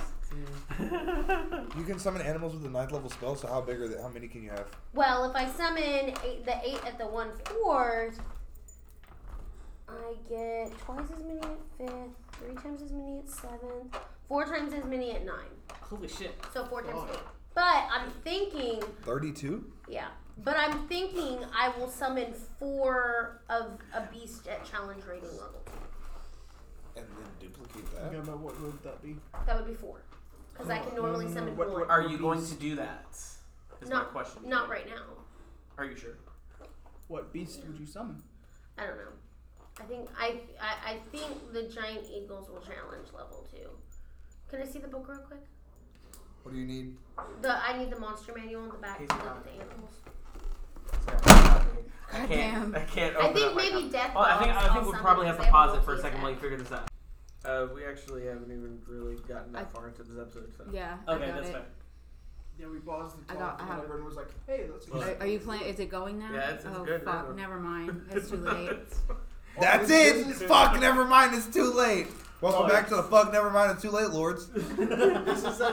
Speaker 7: You can summon animals with a ninth level spell, so how big are they? How many can you have?
Speaker 2: Well, if I summon eight, the eight at the one fourth, I get twice as many at fifth, three times as many at seventh, four times as many at nine.
Speaker 6: Holy shit!
Speaker 2: So four times
Speaker 5: Oh.
Speaker 2: eight. But I'm thinking,
Speaker 7: 32?
Speaker 2: yeah. But I'm thinking I will summon four of a beast at challenge rating level.
Speaker 7: And then duplicate
Speaker 5: Okay,
Speaker 7: that.
Speaker 5: about what would that be?
Speaker 2: That would be four, because I can normally
Speaker 7: mm,
Speaker 2: summon
Speaker 5: What-
Speaker 2: one.
Speaker 5: what-
Speaker 1: Are you going to do that? Is my
Speaker 2: Not-
Speaker 1: question.
Speaker 2: Not right now.
Speaker 1: Are you sure?
Speaker 5: What beast would you summon?
Speaker 2: I don't know. I think I, I I think the giant eagles will challenge level two. Can I see the book real quick?
Speaker 7: What do you need?
Speaker 2: The I need the monster manual in the back.
Speaker 1: He's
Speaker 2: to look
Speaker 1: got
Speaker 2: at the
Speaker 1: it.
Speaker 2: animals.
Speaker 1: I can't. I can't. Open
Speaker 2: I think
Speaker 1: up my
Speaker 2: maybe
Speaker 1: com-
Speaker 2: death.
Speaker 1: Well, Oh, I think
Speaker 2: Box
Speaker 1: I
Speaker 2: or
Speaker 1: think we'll probably
Speaker 2: something,
Speaker 1: have to
Speaker 2: they
Speaker 1: pause it
Speaker 2: both
Speaker 1: for a
Speaker 2: use
Speaker 1: second
Speaker 2: that.
Speaker 1: while you figure this out. Uh, we actually haven't even really gotten that
Speaker 4: I-
Speaker 1: far into this episode. So.
Speaker 4: Yeah. I
Speaker 6: Okay,
Speaker 4: got
Speaker 6: that's
Speaker 4: it.
Speaker 6: fair.
Speaker 5: Yeah, we paused the
Speaker 4: I
Speaker 5: talk
Speaker 4: got- I
Speaker 5: and
Speaker 4: have it.
Speaker 5: everyone was like, "Hey, let's." go.
Speaker 4: Are, are you playing? Is it going now?
Speaker 1: Yeah, it's- it's
Speaker 4: oh,
Speaker 1: good
Speaker 4: fuck.
Speaker 1: now.
Speaker 4: Never mind. It's too late.
Speaker 7: That's
Speaker 5: this-
Speaker 7: it.
Speaker 5: this is-
Speaker 7: Fuck. Never mind. It's too late. Welcome
Speaker 6: Lords.
Speaker 7: back to the fuck. Never mind. It's too late, lords.
Speaker 5: This is